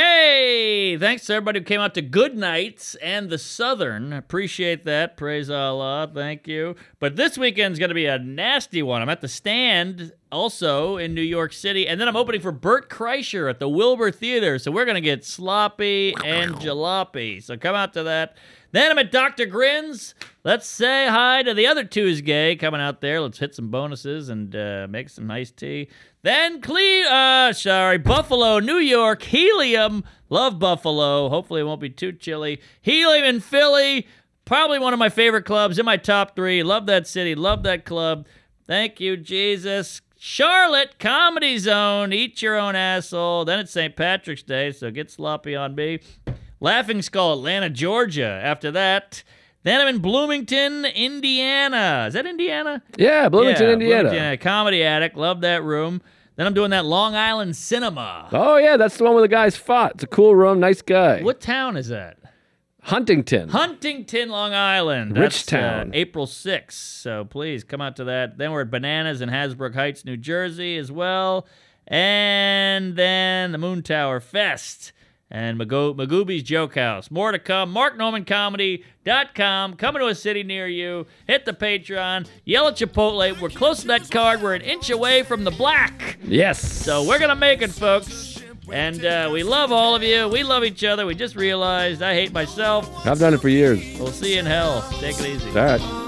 S5: hey! Thanks to everybody who came out to Good Nights and the Southern. Appreciate that. Praise Allah. Thank you. But this weekend's going to be a nasty one. I'm at the stand also in New York City. And then I'm opening for Burt Kreischer at the Wilbur Theater. So we're going to get sloppy and jalopy. So come out to that. Then I'm at Dr. Grin's. Let's say hi to the other Tuesday coming out there. Let's hit some bonuses and uh, make some nice tea. Then Cle uh, sorry, Buffalo, New York, Helium. Love Buffalo. Hopefully it won't be too chilly. Helium in Philly. Probably one of my favorite clubs in my top three. Love that city. Love that club. Thank you, Jesus. Charlotte Comedy Zone. Eat your own asshole. Then it's St. Patrick's Day, so get sloppy on me. Laughing Skull, Atlanta, Georgia. After that, then I'm in Bloomington, Indiana. Is that Indiana?
S2: Yeah, Bloomington,
S5: Yeah,
S2: Indiana.
S5: Bloomington, Comedy Attic. Love that room. Then I'm doing that Long Island Cinema.
S2: Oh yeah, that's the one where the guys fought. It's a cool room, nice guy.
S5: What town is that?
S2: Huntington.
S5: Huntington, Long Island. uh,
S2: Richtown.
S5: April 6th. So please come out to that. Then we're at Bananas in Hasbrook Heights, New Jersey as well. And then the Moon Tower Fest and Magoo- Magooby's Joke House. More to come. MarkNormanComedy.com. Coming to a city near you. Hit the Patreon. Yell at Chipotle. We're close to that card. We're an inch away from the black.
S2: yes.
S5: So we're gonna make it, folks. And uh, we love all of you. We love each other. We just realized I hate myself.
S2: I've done it for years.
S5: We'll see you in hell. Take it easy.
S2: All right.